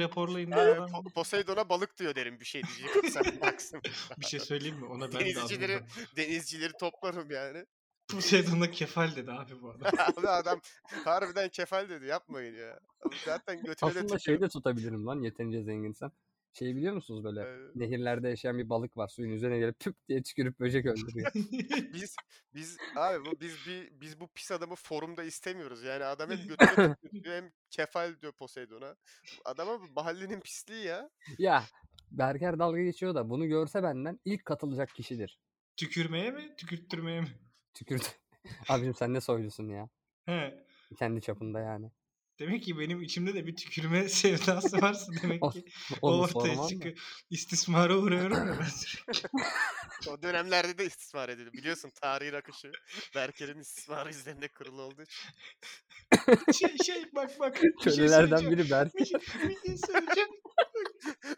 raporlayın. Ha, diye adam- Po- Poseidon'a balık diyor derim bir şey diyecek. Sen baksın. Bir şey söyleyeyim mi? Ona ben de Denizcileri, adım. denizcileri toplarım yani. Poseidon'a kefal dedi abi bu adam. Abi adam harbiden kefal dedi yapmayın ya. Abi Zaten götüme de Aslında şey şeyi tükürüp de tutabilirim lan yeterince zenginsem. Şeyi biliyor musunuz böyle nehirlerde yaşayan bir balık var. Suyun üzerine gelip püp diye tükürüp böcek öldürüyor. Ee, biz biz abi bu biz bir biz bu pis adamı forumda istemiyoruz. Yani adam hem götüme tükürüyor, hem kefal diyor Poseidon'a. Adama bu mahallenin pisliği ya. ya Berker dalga geçiyor da bunu görse benden ilk katılacak kişidir. Tükürmeye mi? Tükürttürmeye mi? Tükürdü. Abicim sen ne soylusun ya. He. Kendi çapında yani. Demek ki benim içimde de bir tükürme sevdası varsa demek ki o Onu ortaya sormam da. çıkıyor. İstismara uğruyorum ya ben sürekli. O dönemlerde de istismar edildi. Biliyorsun tarihin akışı Berker'in istismarı üzerine kurulu olduğu için. Şey şey bak bak. bir şey Kölelerden söyleyeceğim. biri Berker. Bir şey, bir şey söyleyeceğim.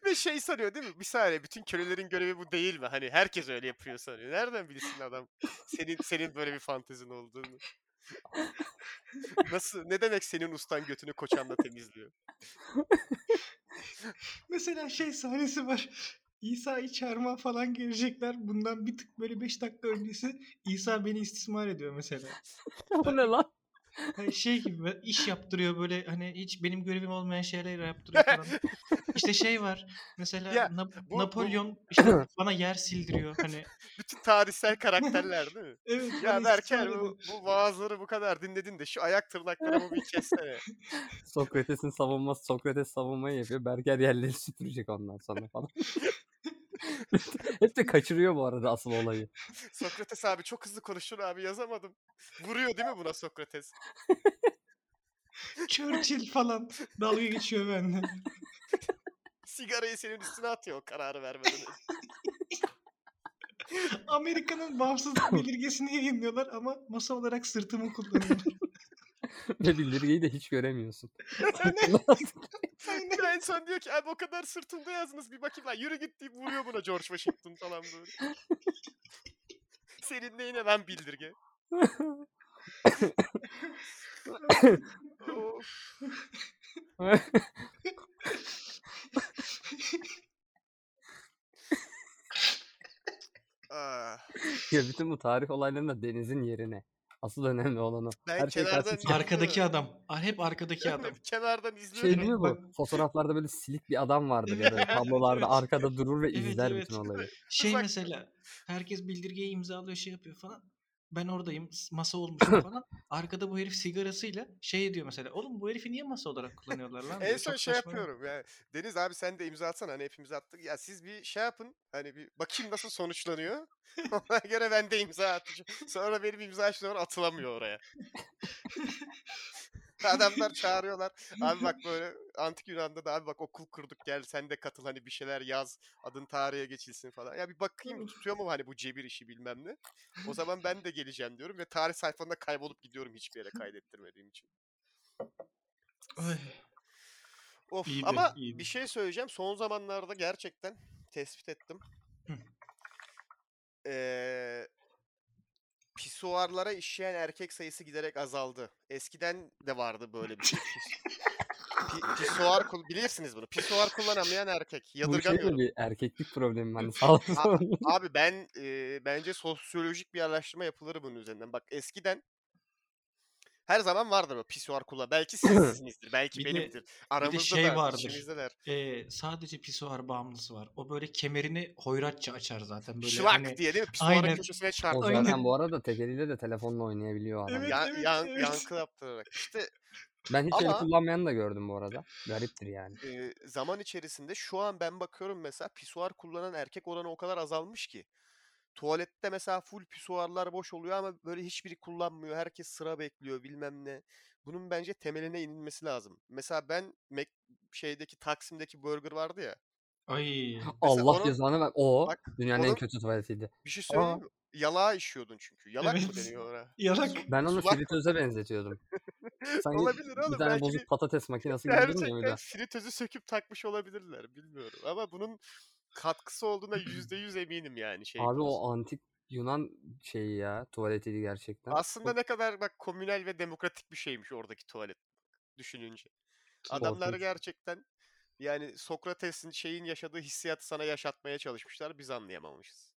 Ve şey sanıyor değil mi? Bir saniye bütün kölelerin görevi bu değil mi? Hani herkes öyle yapıyor sanıyor. Nereden bilsin adam senin senin böyle bir fantezin olduğunu? Nasıl? Ne demek senin ustan götünü koçanla temizliyor? Mesela şey sahnesi var. İsa'yı çağırma falan gelecekler. Bundan bir tık böyle 5 dakika öncesi İsa beni istismar ediyor mesela. o ne lan? Hani şey gibi böyle iş yaptırıyor böyle hani hiç benim görevim olmayan şeyler yaptırıyor falan. işte şey var mesela Ya, Nap- bu- bu- Napolyon işte bana yer sildiriyor hani. Bütün tarihsel karakterler değil mi? Evet, Ya hani Berker sonra bu, bu vaazları bu kadar dinledin de şu ayak tırnaklarımı bir kessene. Sokrates'in savunması Sokrates savunmayı yapıyor. Berker yerleri süpürecek ondan sonra falan. Hep de kaçırıyor bu arada asıl olayı. Sokrates abi çok hızlı konuştun abi yazamadım. Vuruyor değil mi buna Sokrates? Churchill falan dalga geçiyor benimle. Sigarayı senin üstüne atıyor o kararı vermeden. önce. Amerika'nın bağımsızlık bildirgesini yayınlıyorlar ama masa olarak sırtımı kullanıyorum. Ve bildirgeyi de hiç göremiyorsun. Aynen, aynen. en son diyor ki abi o kadar sırtımda yazdınız bir bakayım lan yürü git deyip vuruyor buna George Washington falan böyle. Senin neyine lan bildirge? Of. Ah. ya bütün bu tarih olaylarında denizin yerine. Asıl önemli olan o. Ben Her şey kenardan karşı- Arkadaki adam. Ar- Hep arkadaki adam. Kenardan Şey izliyorum. değil mi bu? Fotoğraflarda böyle silik bir adam vardır ya da Evet, tablolarda evet. arkada durur ve Evet, izler evet. bütün olayı. Şey Uzak- mesela herkes bildirgeyi imzalıyor şey yapıyor falan. Ben oradayım s- masa olmuşum falan. Arkada bu herif sigarasıyla şey diyor mesela. Oğlum bu herifi niye masa olarak kullanıyorlar En lan? diyor. son Çok şey saçma. yapıyorum ya. Deniz abi sen de imza atsana hani hepimiz attık. Ya siz bir şey yapın. Hani bir bakayım nasıl sonuçlanıyor. Ona göre ben de imza atacağım. Sonra benim imza açtığım atılamıyor oraya. Adamlar çağırıyorlar. Abi bak böyle antik Yunan'da da abi bak okul kurduk gel sen de katıl hani bir şeyler yaz. Adın tarihe geçilsin falan. Ya bir bakayım tutuyor mu hani bu cebir işi bilmem ne. O zaman ben de geleceğim diyorum ve tarih sayfanda kaybolup gidiyorum hiçbir yere kaydettirmediğim için. Ay, Of İyiydi, ama bir iyiydi. şey söyleyeceğim. Son zamanlarda gerçekten tespit ettim. Hı. Ee, pisuarlara işeyen erkek sayısı giderek azaldı. Eskiden de vardı böyle bir şey. Pi- pisuar kul- bilirsiniz bunu. Pisuar kullanamayan erkek. Bu şey de Yadırgamıyorum. bir erkeklik problemi hani sağlıklı A- sorun. Abi ben e, bence sosyolojik bir araştırma yapılır bunun üzerinden. Bak eskiden her zaman vardır o pisuar kullan. Belki sizsinizdir, belki Bir de- benimdir. Aramızda şey da, vardır. içimizdeler. ee, sadece pisuar bağımlısı var. O böyle kemerini hoyratça açar zaten. Böyle Şlak hani- diye değil mi? Pisuarın Aynen. köşesine O çarpıyor. Aynen. zaten bu arada tek eliyle de telefonla oynayabiliyor adam. Evet, Ya- evet, yan- evet. Yankı yaptırarak. İşte Ben hiç el Ama- kullanmayanı da gördüm bu arada. Gariptir yani. e, zaman içerisinde şu an ben bakıyorum mesela pisuar kullanan erkek oranı o kadar azalmış ki. Tuvalette mesela full pisuarlar boş oluyor ama böyle hiçbiri kullanmıyor. Herkes sıra bekliyor bilmem ne. Bunun bence temeline inilmesi lazım. Mesela ben Mac, şeydeki Taksim'deki burger vardı ya. Ay. Allah onu- cezanı ver. O bak, dünyanın en onu- kötü tuvaletiydi. Bir şey söyleyeyim mi? Yalağa işiyordun çünkü. Yalak mı Evet. deniyor ona? Yarak. Ben onu Sulak- fritöze benzetiyordum. Sanki Olabilir bir oğlum. tane belki bozuk bir- patates makinesi gibi değil mi Gerçekten gemide? fritözü söküp takmış olabilirler. Bilmiyorum. Ama bunun katkısı olduğuna yüzde yüz eminim yani. Şey Abi konusunda. o antik Yunan şeyi ya tuvaletiydi gerçekten. Aslında ne kadar bak komünel ve demokratik bir şeymiş oradaki tuvalet düşününce. Adamlar Korkunç. gerçekten yani Sokrates'in şeyin yaşadığı hissiyatı sana yaşatmaya çalışmışlar. Biz anlayamamışız.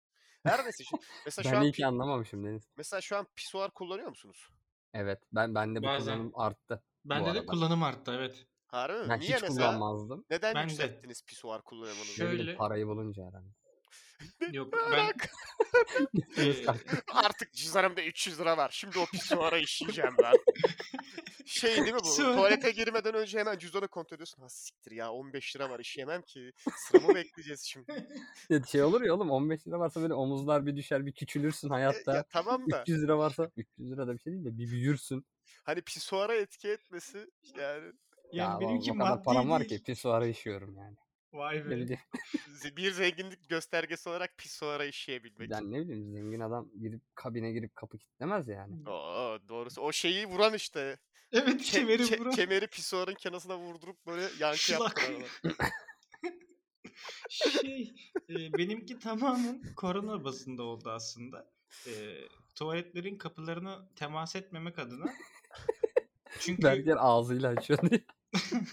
Her neyse. şimdi- mesela, şu Ben an, iyi pi- ki anlamamışım Deniz. mesela şu an pisuar kullanıyor musunuz? Evet ben bende bu Bazen. kullanım arttı. bu Bende de arada. kullanım arttı evet. Harbi mi? Ben Niye hiç mesela? kullanmazdım. Neden Ben de. yükselttiniz pisuar kullanımını? Ne bileyim, Şöyle- parayı bulunca herhalde. Yok ben Göz Ee, kalktı. Artık cüzdanımda 300 lira var. Şimdi o pisuara işleyeceğim ben. Şey değil mi bu? Pisuara. Tuvalete girmeden önce hemen cüzdanı kontrol ediyorsun. Ha siktir ya 15 lira var işleyemem ki. Sıramı bekleyeceğiz şimdi. Ya şey olur ya oğlum 15 lira varsa böyle omuzlar bir düşer bir küçülürsün hayatta. E, Ya tamam da 300 lira varsa 300 lira da bir şey değil de bir büyürsün. hani pisuara etki etmesi yani Ya yani vallahi benimki o kadar maddi param var değil. ki pisuara işiyorum yani. Vay Ne be. bileyim, ze- bir zenginlik göstergesi olarak pisuara işleyebilmek. ben ne bileyim zengin adam girip kabine girip kapı kilitlemez yani. Oo, doğrusu o şeyi vuran işte. Evet Ke- kemeri ke- vuran. Kemeri pisuarın kenarına vurdurup böyle yankı Şlak. yaptıran adam. şey e, benimki tamamen korona bazında oldu aslında. E, tuvaletlerin kapılarına temas etmemek adına. Çünkü Berker ağzıyla açıyor diye.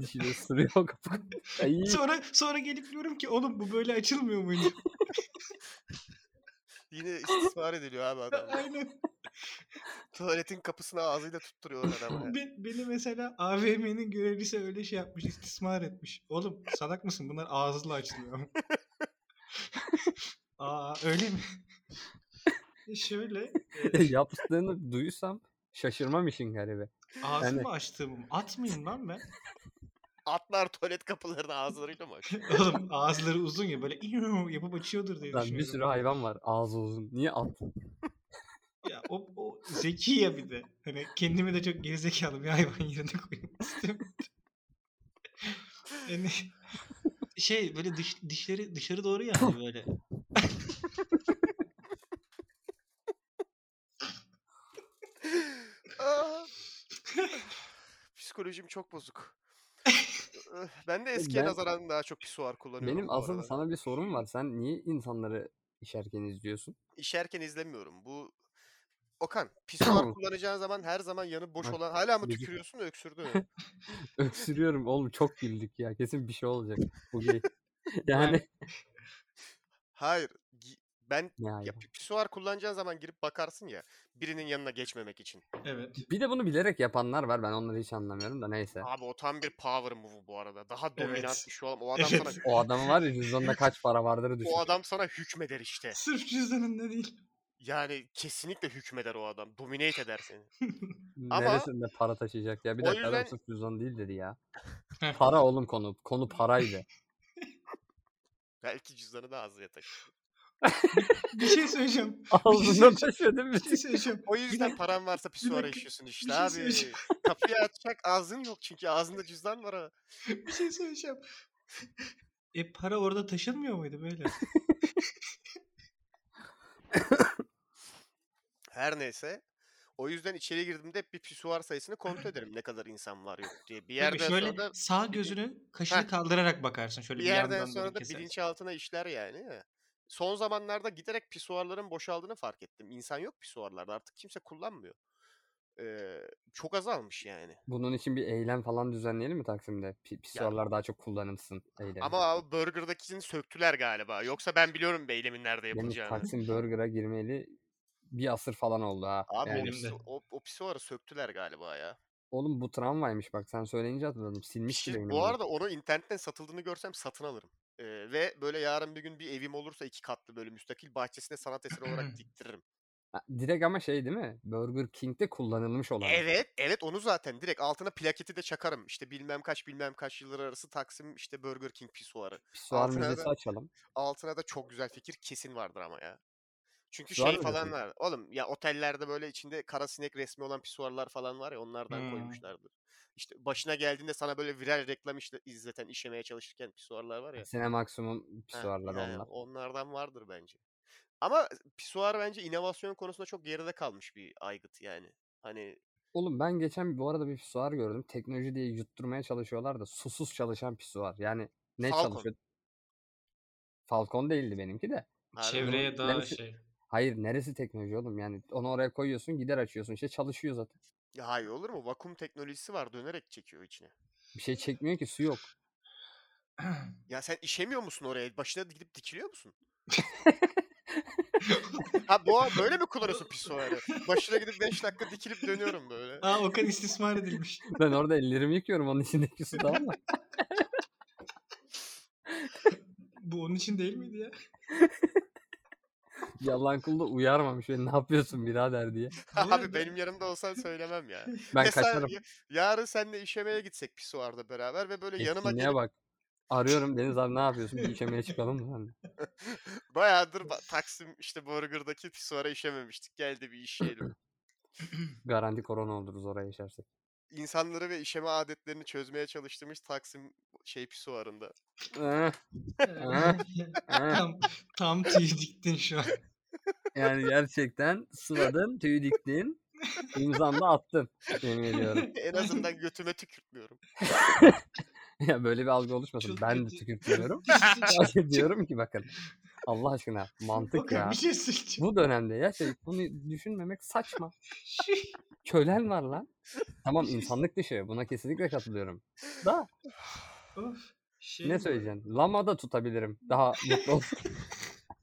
Dişiyle sürüyor kapı. Ay, sonra sonra gelip diyorum ki oğlum bu böyle açılmıyor muydu? Yine istismar ediliyor abi adam. Aynen. Tuvaletin kapısını ağzıyla tutturuyor adam. ya. Be- beni mesela AVM'nin görevlisi öyle şey yapmış, istismar etmiş. Oğlum salak mısın? Bunlar ağızla açılıyor. Aa öyle mi? E Şöyle e, Yaptığını duysam şaşırmam işin garibi. ağzımı Yani- açtığımı atmayayım lan ben. Atlar tuvalet kapılarını ağızlarıyla mı açıyor? Oğlum ağızları uzun ya böyle "İyoo" yapıp açıyordur diye Lan bir düşünüyorum. sürü hayvan var ağzı uzun. Niye at? Ya o, o zeki ya bir de. Hani kendimi de çok gerizekalı bir hayvan yerine koymak istemiyorum. yani şey böyle diş, dişleri dışarı doğru yani böyle. Aa! Ah! Psikolojim çok bozuk. Öh, ben de eskiye Ben- nazaran daha çok pisuar kullanıyorum. Benim bu asıl arada. sana bir sorum var. Sen niye insanları işerken izliyorsun? İşerken izlemiyorum. Bu Okan, pisuar kullanacağın zaman her zaman yanı boş Bak, olan hala mı gözü- tükürüyorsun öksürdün? Öksürüyorum oğlum çok güldük ya. Kesin bir şey olacak. Bu gay. yani Hayır. gi- Ben ne hayvan. ya, pi- pisuar kullanacağın zaman girip bakarsın ya birinin yanına geçmemek için. Evet. Bir de bunu bilerek yapanlar var. Ben onları hiç anlamıyorum da neyse. Abi o tam bir power move bu arada. Daha dominant Evet. bir şey olan. O adam sana Evet. O adam var ya cüzdanında kaç para vardır düşün. o adam sana hükmeder işte. Sırf cüzdanında değil. Yani kesinlikle hükmeder o adam. Dominate eder seni. ama- Neresinde para taşıyacak ya? Bir O dakika yüzden- adam sırf cüzdan değil dedi ya. Heh. para oğlum konu. Konu paraydı. Belki cüzdanı da ağzına tak. Bir şey söyleyeceğim. Ağzından taşıyordum Bir şey söyleyeceğim. O yüzden dakika, paran varsa pisuara dakika, işiyorsun şey işte abi. söyleyeceğim. Kapıyı açacak ağzın yok çünkü ağzında cüzdan var ha. Bir şey söyleyeceğim. E para orada taşınmıyor muydu böyle? Her neyse. O yüzden içeri girdiğimde hep bir pisuar sayısını kontrol ederim. Ne kadar insan var yok diye. Bir Tabii yerden şöyle sonra da, sağ gözünü kaşını Heh. kaldırarak bakarsın. Şöyle bir bir, yerden yandan sonra doğru da kesersin. bilinçaltına işler yani. Son zamanlarda giderek pisuarların boşaldığını fark ettim. İnsan yok pisuarlarda artık kimse kullanmıyor. Ee, çok azalmış yani. Bunun için bir eylem falan düzenleyelim mi Taksim'de? Pi- Pisuarlar daha çok kullanılsın eylemi. Ama abi burgerdakini söktüler galiba. Yoksa ben biliyorum be eylemin nerede Yalnız yapılacağını. Taksim Burger'a girmeli bir asır falan oldu ha. Abi Yani- o, Benim de. pisu- o, o pisuarı söktüler galiba ya. Oğlum bu tramvaymış bak sen söyleyince hatırladım. Silmiş Şi- gibi bu arada onu internetten satıldığını görsem satın alırım. Ee, ve böyle yarın bir gün bir evim olursa iki katlı böyle müstakil bahçesine sanat eseri olarak diktiririm. Direkt ama şey değil mi? Burger King'de kullanılmış olan. Evet, evet onu zaten direkt altına plaketi de çakarım. İşte bilmem kaç bilmem kaç yıllar arası Taksim işte Burger King pisuarı. Pisuar altına da- müzesi açalım. Altına da çok güzel fikir kesin vardır ama ya. Çünkü Pisuar şey mı falan diyorsun? var. Oğlum ya otellerde böyle içinde kara sinek resmi olan pisuarlar falan var ya onlardan Hmm. koymuşlardır. İşte başına geldiğinde sana böyle viral reklam işte izleten, işemeye çalışırken pisuarlar var ya. Sine maksimum Heh, pisuarlar yani onlar. Onlardan vardır bence. Ama pisuar bence inovasyon konusunda çok geride kalmış bir aygıt yani. Hani Oğlum ben geçen bu arada bir pisuar gördüm. Teknoloji diye yutturmaya çalışıyorlar da susuz çalışan pisuar. Yani ne Falcon. çalışıyor? Falcon değildi benimki de. harbi Çevreye Bunun daha neresi- şey. Hayır neresi teknoloji oğlum? Yani onu oraya koyuyorsun gider açıyorsun işte çalışıyor zaten. ya hayır olur mu? Vakum teknolojisi var dönerek çekiyor içine. Bir şey çekmiyor ki su yok. Ya sen işemiyor musun oraya? Başına gidip dikiliyor musun? Ha bu böyle mi kullanıyorsun pisuarı? Başına gidip 5 dakika dikilip dönüyorum böyle. Aa Okan istismar edilmiş. Ben orada ellerimi yıkıyorum onun içindeki su tamam mı? Bu onun için değil miydi ya? Yalan kul da uyarmamış beni ne yapıyorsun birader diye. Bu Abi arada- benim yanımda olsan söylemem ya. Ben Ya sen- kaçarım. ya- yarın seninle işemeye gitsek pisuarda beraber ve böyle yanıma Etkinliğe gelip bak. Arıyorum Deniz abi ne yapıyorsun? Bir içemeye çıkalım mı? sen de?" bayağıdır ba- Taksim işte Burger'daki pisuara işememiştik. Geldi bir işeyelim. Garanti korona oluruz oraya işersek. insanları ve işeme adetlerini çözmeye çalıştığımız Taksim şey pisuarında. Eh, Ah. eh. tam, tam tüy diktin şu an. yani gerçekten sıvadın, tüy diktin, imzanı da attın. Yemin ediyorum. En azından götüme tükürtmüyorum. Ya böyle bir algı oluşmasın. Çok ben de kötü. tükürtmüyorum. Bir şey söyleyeceğim. Sadece diyorum ki bakın. Allah aşkına mantık Okan ya. bir şey söyleyeceğim. Bu dönemde ya şey bunu düşünmemek saçma. Şey- Kölen var lan. Tamam insanlık dışı. Buna kesinlikle katılıyorum. Da of, şey ne bu. söyleyeceksin? Lama da tutabilirim. Daha mutlu ol-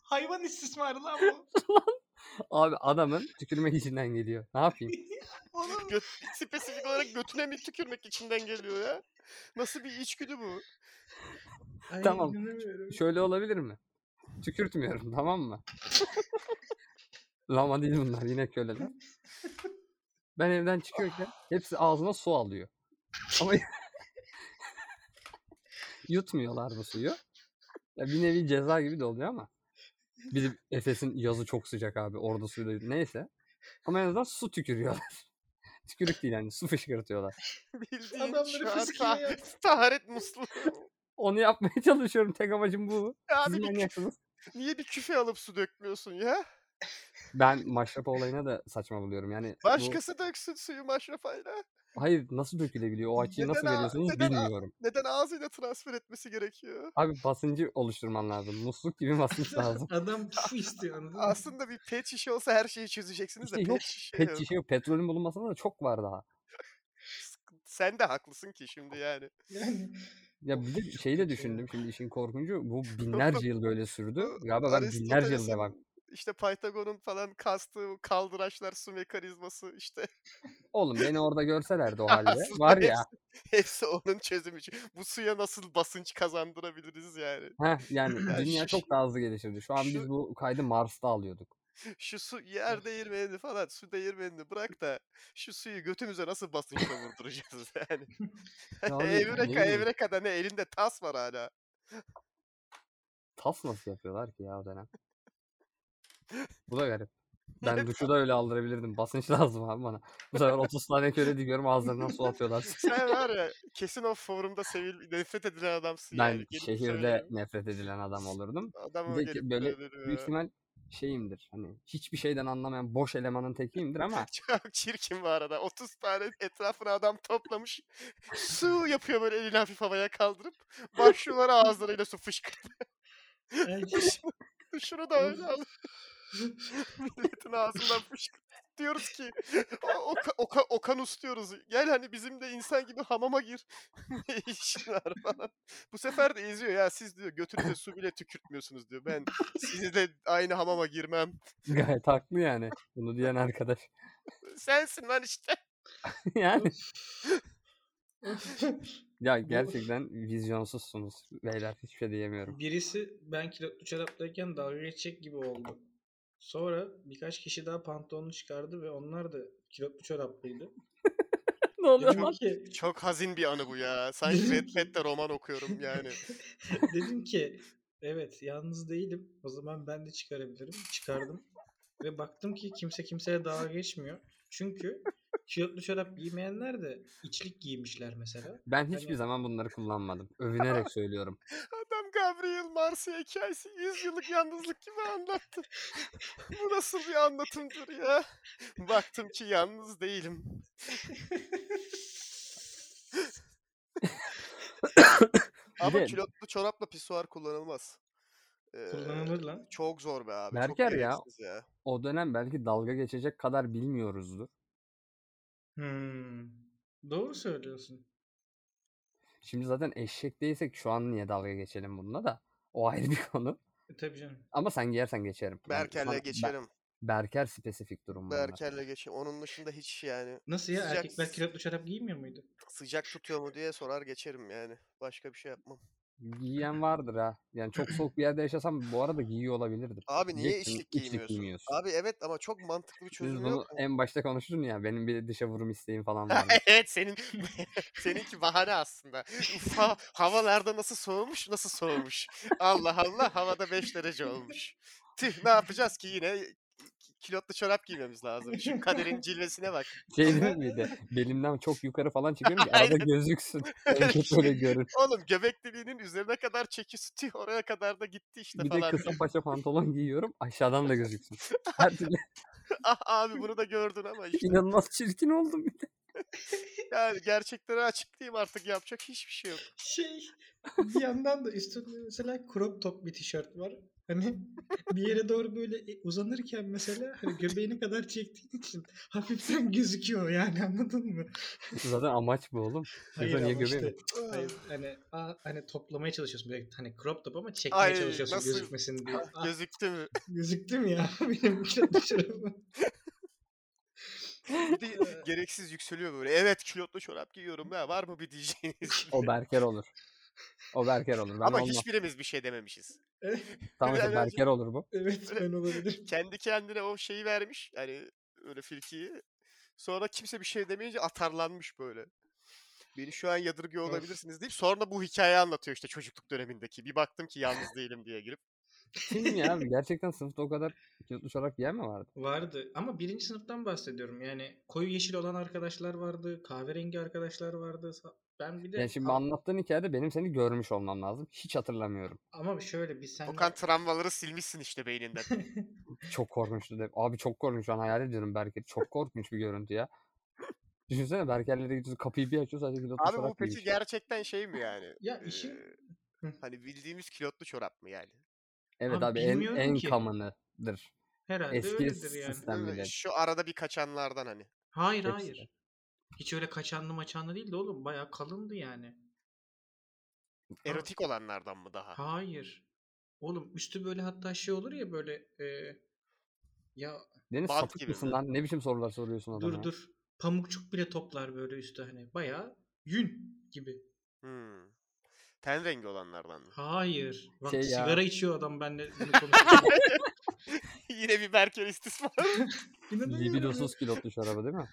Hayvan istismarı lan bu. Abi adamın tükürmek içinden geliyor. Ne yapayım? Oğlum Göt, spesifik olarak götüne mi tükürmek içinden geliyor ya? Nasıl bir içgüdü bu? ay, Tamam. inanamıyorum. Şöyle olabilir mi? Tükürtmüyorum tamam mı? Lama değil bunlar yine köleler. Ben evden çıkıyorken hepsi ağzına su alıyor. Ama yutmuyorlar bu suyu. Ya bir nevi ceza gibi de oluyor ama. Bizim Efes'in yazı çok sıcak abi. Orada suyla neyse. Ama en azından su tükürüyorlar. Tükürük değil yani su fışkırtıyorlar. Bildiğin şu Adamları an fıskiye ta- yaptı. taharet musluğu. Onu yapmaya çalışıyorum. Tek amacım bu. Siz Abi bir kü- manyaksınız. niye bir küfe alıp su dökmüyorsun ya? Ben maşrapa olayına da saçma buluyorum. Yani bu- Başkası döksün suyu maşrafayla. Hayır nasıl dökülebiliyor? O açıyı nasıl Neden a- veriyorsunuz neden a- bilmiyorum. Neden ağzıyla transfer etmesi gerekiyor? Abi basıncı oluşturman lazım. Musluk gibi basınç lazım. Adam su istiyor anladın mı? Aslında bir pet şişe olsa her şeyi çözeceksiniz de İşte yok, pet şişe Pet yok. şişe şey yok. Petrolün bulunmasında da çok var daha. Sıkıntı- Sen de haklısın ki şimdi yani. Yani Ya bir de Of, çok şeyi de kötü ya. düşündüm şimdi işin korkuncu. Bu binlerce yıl böyle sürdü. Galiba ben binlerce yıl Aristoteles'in, devam. İşte Pythagor'un falan kastığı o kaldıraçlar su mekanizması işte Oğlum beni orada görselerdi o halde. Aslında Var ya. hepsi onun çözümü. Bu suya nasıl basınç kazandırabiliriz yani? Heh, yani Ya dünya şu- çok daha hızlı gelişirdi. Şu an biz şu- bu kaydı Mars'ta alıyorduk. Şu su yer değirmenini falan su değirmenini bırak da şu suyu götümüze nasıl basınçla vurduracağız yani? Ya abi, ne evreka bileyim, Evreka'da ne elinde tas var hala. Tas nasıl yapıyorlar ki ya o dönem? Bu da garip. Evet. Ben duşu da öyle aldırabilirdim. Basınç lazım abi bana. Bu sefer 30 tane köle diyorum ağızlarından su atıyorlar. Sen var ya kesin o forumda sevil nefret edilen adamsın yani. Ben Gelip şehirde söylüyorum. nefret edilen adam olurdum. Adam Bir o de gelip ki böyle söylüyor. Büyük ihtimal şeyimdir. Hani hiçbir şeyden anlamayan boş elemanın tekiyimdir ama Çok çirkin bu arada. 30 tane etrafına adam toplamış. Su yapıyor böyle elini hafif havaya kaldırıp. Başlıyorlar ağızlarıyla su fışkır. ay, Şunu da öyle al. Milletin ağzından fışkır. Diyoruz ki o, oka, oka, okanus diyoruz. Gel hani bizim de insan gibi hamama gir. ne işin var falan. Bu sefer de eziyor ya siz diyor götünüze su bile tükürtmüyorsunuz diyor. Ben sizinle aynı hamama girmem. gayet haklı yani. Bunu diyen arkadaş. Sensin lan işte. yani of. ya gerçekten vizyonsuzsunuz beyler. Hiçbir şey diyemiyorum. Birisi ben kilotlu çoraptayken dalga geçecek gibi oldu. Sonra birkaç kişi daha pantolonunu çıkardı ve onlar da kilotlu çoraplıydı. ne oluyor Dedim lan? ki, Çok hazin bir anı bu ya. Sanki Red Dead'de roman okuyorum yani. dedim ki evet yalnız değilim. O zaman ben de çıkarabilirim. Çıkardım. ve baktım ki kimse kimseye dalga geçmiyor. Çünkü kilotlu çorap giymeyenler de içlik giymişler mesela. Ben hiçbir Hani- zaman bunları kullanmadım. Övünerek söylüyorum. Adam Gabriel Marcia hikayesi 100 yıllık yalnızlık gibi anlattı. bu nasıl bir anlatımdır ya? Baktım ki yalnız değilim. Bir Ama de- kilotlu çorapla pisuar kullanılmaz. Ee, Kullanılır lan. Çok zor be abi. çok Berker ya. gereksiz ya. O dönem belki dalga geçecek kadar bilmiyoruzdur. Hmm. Doğru söylüyorsun. Şimdi zaten eşek değilsek şu an niye dalga geçelim bununla da. O ayrı bir konu. E, tabii canım. Ama sen giyersen geçerim. Yani sana- Berker'le Ber- geçerim. Berker spesifik durum bunlar. Berker'le geçerim. Onun dışında hiç yani Nasıl ya Sıcak- erkekler kilotlu çorap giymiyor muydu? sıcak tutuyor mu diye sorar geçerim yani. Başka bir şey yapmam. Giyen vardır ha. Yani çok soğuk bir yerde yaşasam bu arada giyiyor olabilirdim. Abi niye Diyecektim, içlik giymiyorsun? giymiyorsun. Abi evet ama çok mantıklı bir Biz çözüm bunu yok mu? en başta konuştun ya. Benim bir dışa vurum isteğim falan vardı. evet senin seninki bahane aslında. Uf, ha- havalarda nasıl soğumuş nasıl soğumuş. Allah Allah havada 5 derece olmuş. Tüh ne yapacağız ki yine kilotlu çorap giymemiz lazım. Şu kaderin cilvesine bak. şey değil miydi? Belimden çok yukarı falan çıkıyorum ki arada Aynen. şey gözüksün. En kötü öyle görün. Oğlum göbek deliğinin üzerine kadar çekisi tüh oraya kadar da gitti işte Bir de falan. kısa paça pantolon giyiyorum. Aşağıdan da gözüksün. Her türlü ah abi bunu da gördün ama işte. inanılmaz çirkin oldum. bir de. Yani gerçekleri açıklayayım artık yapacak hiçbir şey yok. Şey bir yandan da üstünde mesela crop top bir tişört var. Hani bir yere doğru böyle e, uzanırken mesela hani göbeğini kadar çektiğin için hafiften gözüküyor yani anladın mı? Zaten amaç bu oğlum. Hayır Yoksa niye ama göbeği işte, mi? hayır, hani, a, hani toplamaya çalışıyorsun. Böyle, hani crop top ama çekmeye Ay, çalışıyorsun nasıl- gözükmesin diye. Ah, Gözüktü mü? Gözüktü mü ya benim şey dışarıma? Bir de gereksiz yükseliyor böyle. Evet kilotlu çorap giyiyorum ya var mı bir diyeceğiniz. O Berker olur. O Berker olur. Ben Ama olmam. hiçbirimiz bir şey dememişiz. Tamam işte Yani- Berker olur bu. evet ben olabilirim. Kendi kendine o şeyi vermiş. Hani öyle firkiyi. Sonra kimse bir şey demeyince atarlanmış böyle. Beni şu an yadırgıyor Of. olabilirsiniz deyip sonra bu hikayeyi anlatıyor işte çocukluk dönemindeki. Bir baktım ki yalnız değilim diye girip. Kim ya? Gerçekten sınıfta o kadar kilotlu çorap giyen mi vardı? Vardı ama birinci sınıftan bahsediyorum. Yani koyu yeşil olan arkadaşlar vardı, kahverengi arkadaşlar vardı. Sa- Ben bir de Yani şimdi a- anlattığın hikayede benim seni görmüş olmam lazım. Hiç hatırlamıyorum. ama şöyle biz sen Okan travmaları silmişsin işte beyninden. Çok korkunçtu. De. Abi çok korkunç. Şu an hayal ediyorum Berker. Çok korkunç bir görüntü ya. Düşünsene Berker'lere gidiyorsun. Kapıyı bir açıyor sadece kilotlu Abi çorap bu peki giymiş. gerçekten şey mi yani? Ya işin Ee, Hı. hani bildiğimiz kilotlu çorap mı yani? Evet Abi abi, en, bilmiyorum en ki. common'ıdır. herhalde eski öyledir yani. sistem. Sen Değil mi? bilen. Şu arada bir kaçanlardan hani. Hayır Hepsi. hayır. Hiç öyle kaçanlı maçanlı değil de oğlum bayağı kalındı yani. Ha- Erotik olanlardan mı daha? Hayır. Oğlum üstü böyle hatta şey olur ya böyle e, ya Deniz Bant sapık gibi mısın mi? lan? Ne biçim sorular soruyorsun adama dur ya? dur pamukçuk bile toplar böyle üstü hani bayağı yün gibi. Hmm. Ten rengi olanlardan mı? Hayır. Bak Şey ya. sigara içiyor adam benle bunu konuşuyor. Yine bir Berker istismar. İnanamıyorum ya. Libidosuz kilotlu çorabı değil mi?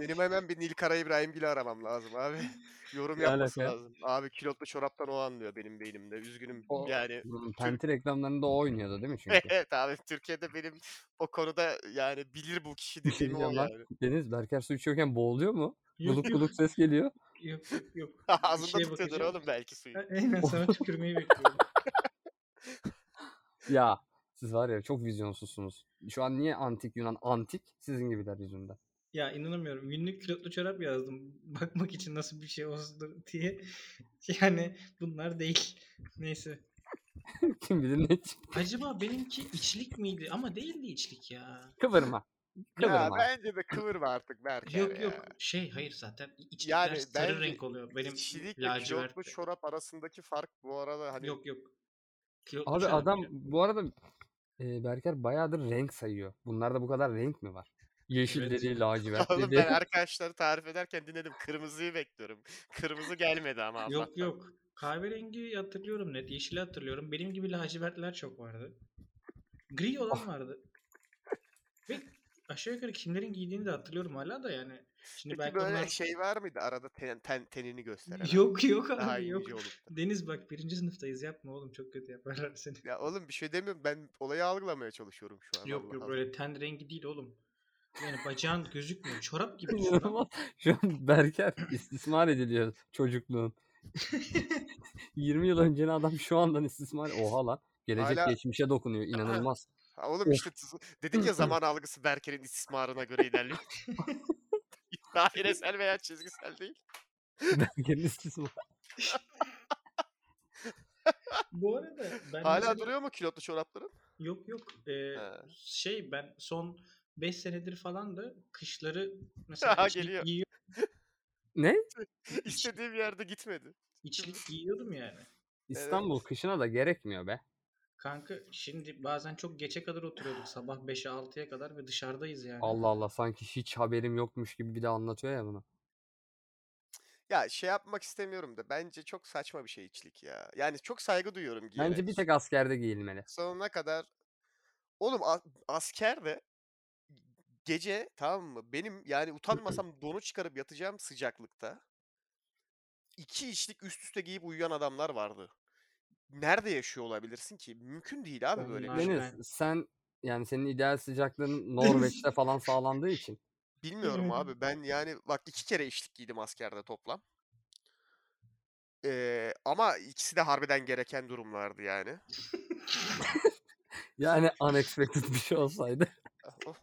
Benim hemen bir Nilkara İbrahimgil'i aramam lazım abi. Yorum Ne yapması alaka ya? lazım. Abi kilotlu çoraptan o anlıyor benim beynimde. Üzgünüm O- yani. Bunun Penti reklamlarında o oynuyordu değil mi çünkü? evet abi Türkiye'de benim o konuda yani bilir bu kişi Bir şey dediğimi o diyeceğim lan. yani. Deniz Berker su içiyorken boğuluyor mu? Yok, Guluk yok. guluk ses geliyor. Yok yok yok. Bir Ağzında şeye tutuyordur bakacağım. oğlum belki suyu. A- Aynen sana tükürmeyi bekliyorum. Ya siz var ya çok vizyonsuzsunuz. Şu an niye antik Yunan antik sizin gibiler yüzünden. Ya inanamıyorum. Günlük kilotlu çorap yazdım. Bakmak için nasıl bir şey olsun diye. Yani bunlar değil. Neyse. Kim bilir ne için. Acaba benimki içlik miydi? Ama değildi içlik ya. Kıvırma. Ya Kıvırma. bence de kıvırma artık Berker Yok ya. yok. Şey hayır zaten içlikler Yani sarı bence renk oluyor. Benim İçlikle lacivert. kilotlu çorap arasındaki fark bu arada hani Yok yok. Kilotlu Abi çorap adam ya. bu arada e, Berker bayağıdır renk sayıyor. Bunlarda bu kadar renk mi var? Yeşil Evet. dedi, lacivert Oğlum dedi. ben arkadaşları tarif ederken dinledim. Kırmızıyı bekliyorum. Kırmızı gelmedi ama Yok Allah'tan. yok. Kahverengi hatırlıyorum net. Yeşili hatırlıyorum. Benim gibi lacivertler çok vardı. Gri Oh. olan vardı. Ve aşağı yukarı kimlerin giydiğini de hatırlıyorum hala da yani. Şimdi Peki belki böyle onlar... şey var mıydı arada ten, ten- tenini gösteren? abi? Yok yok abi Daha yok. ince olup da. Deniz bak birinci sınıftayız yapma oğlum çok kötü yaparlar seni. Ya oğlum bir şey demiyorum. Ben olayı algılamaya çalışıyorum şu an. yok Allah yok Allah. böyle ten rengi değil oğlum. Yani bacağın gözükmüyor. Çorap gibi düşün lan. İnanılmaz. Şu an Berker istismar ediliyor çocukluğun. 20 yıl önceki adam şu andan istismar. Oha lan. Gelecek Hala- geçmişe dokunuyor. İnanılmaz. Ha, oğlum Of. işte tuz- dedik ya zaman algısı Berker'in istismarına göre ilerliyor. Dairesel veya çizgisel değil. Berker'in istismar. Bu arada ben Hala mesela- duruyor mu kilotlu çorapların? Yok yok. Ee, Ha. şey ben son 5 senedir falan da kışları mesela Ha, içlik, geliyor. giyiyor- Ne? İstediğim yerde gitmedi. içlik giyiyordum yani. İstanbul kışına da gerekmiyor be. Kanka şimdi bazen çok geçe kadar oturuyorduk. Sabah 5'e 6'ya kadar ve dışarıdayız yani. Allah Allah sanki hiç haberim yokmuş gibi bir de anlatıyor ya bunu. Ya şey yapmak istemiyorum da bence çok saçma bir şey içlik ya. Yani çok saygı duyuyorum giyene. Bence bir tek askerde giyilmeli. sonuna kadar oğlum a- asker de gece tamam mı? Benim yani utanmasam donu çıkarıp yatacağım sıcaklıkta. İki içlik üst üste giyip uyuyan adamlar vardı. Nerede yaşıyor olabilirsin ki? Mümkün değil abi böyle bir şey. Onlar- Deniz ben- sen yani senin ideal sıcaklığın Norveç'te falan sağlandığı için. Bilmiyorum Bilemedim. abi. Ben yani bak iki kere içlik giydim askerde toplam. Ee, ama ikisi de harbiden gereken durumlardı yani. Yani unexpected bir şey olsaydı. Ah, of. oh.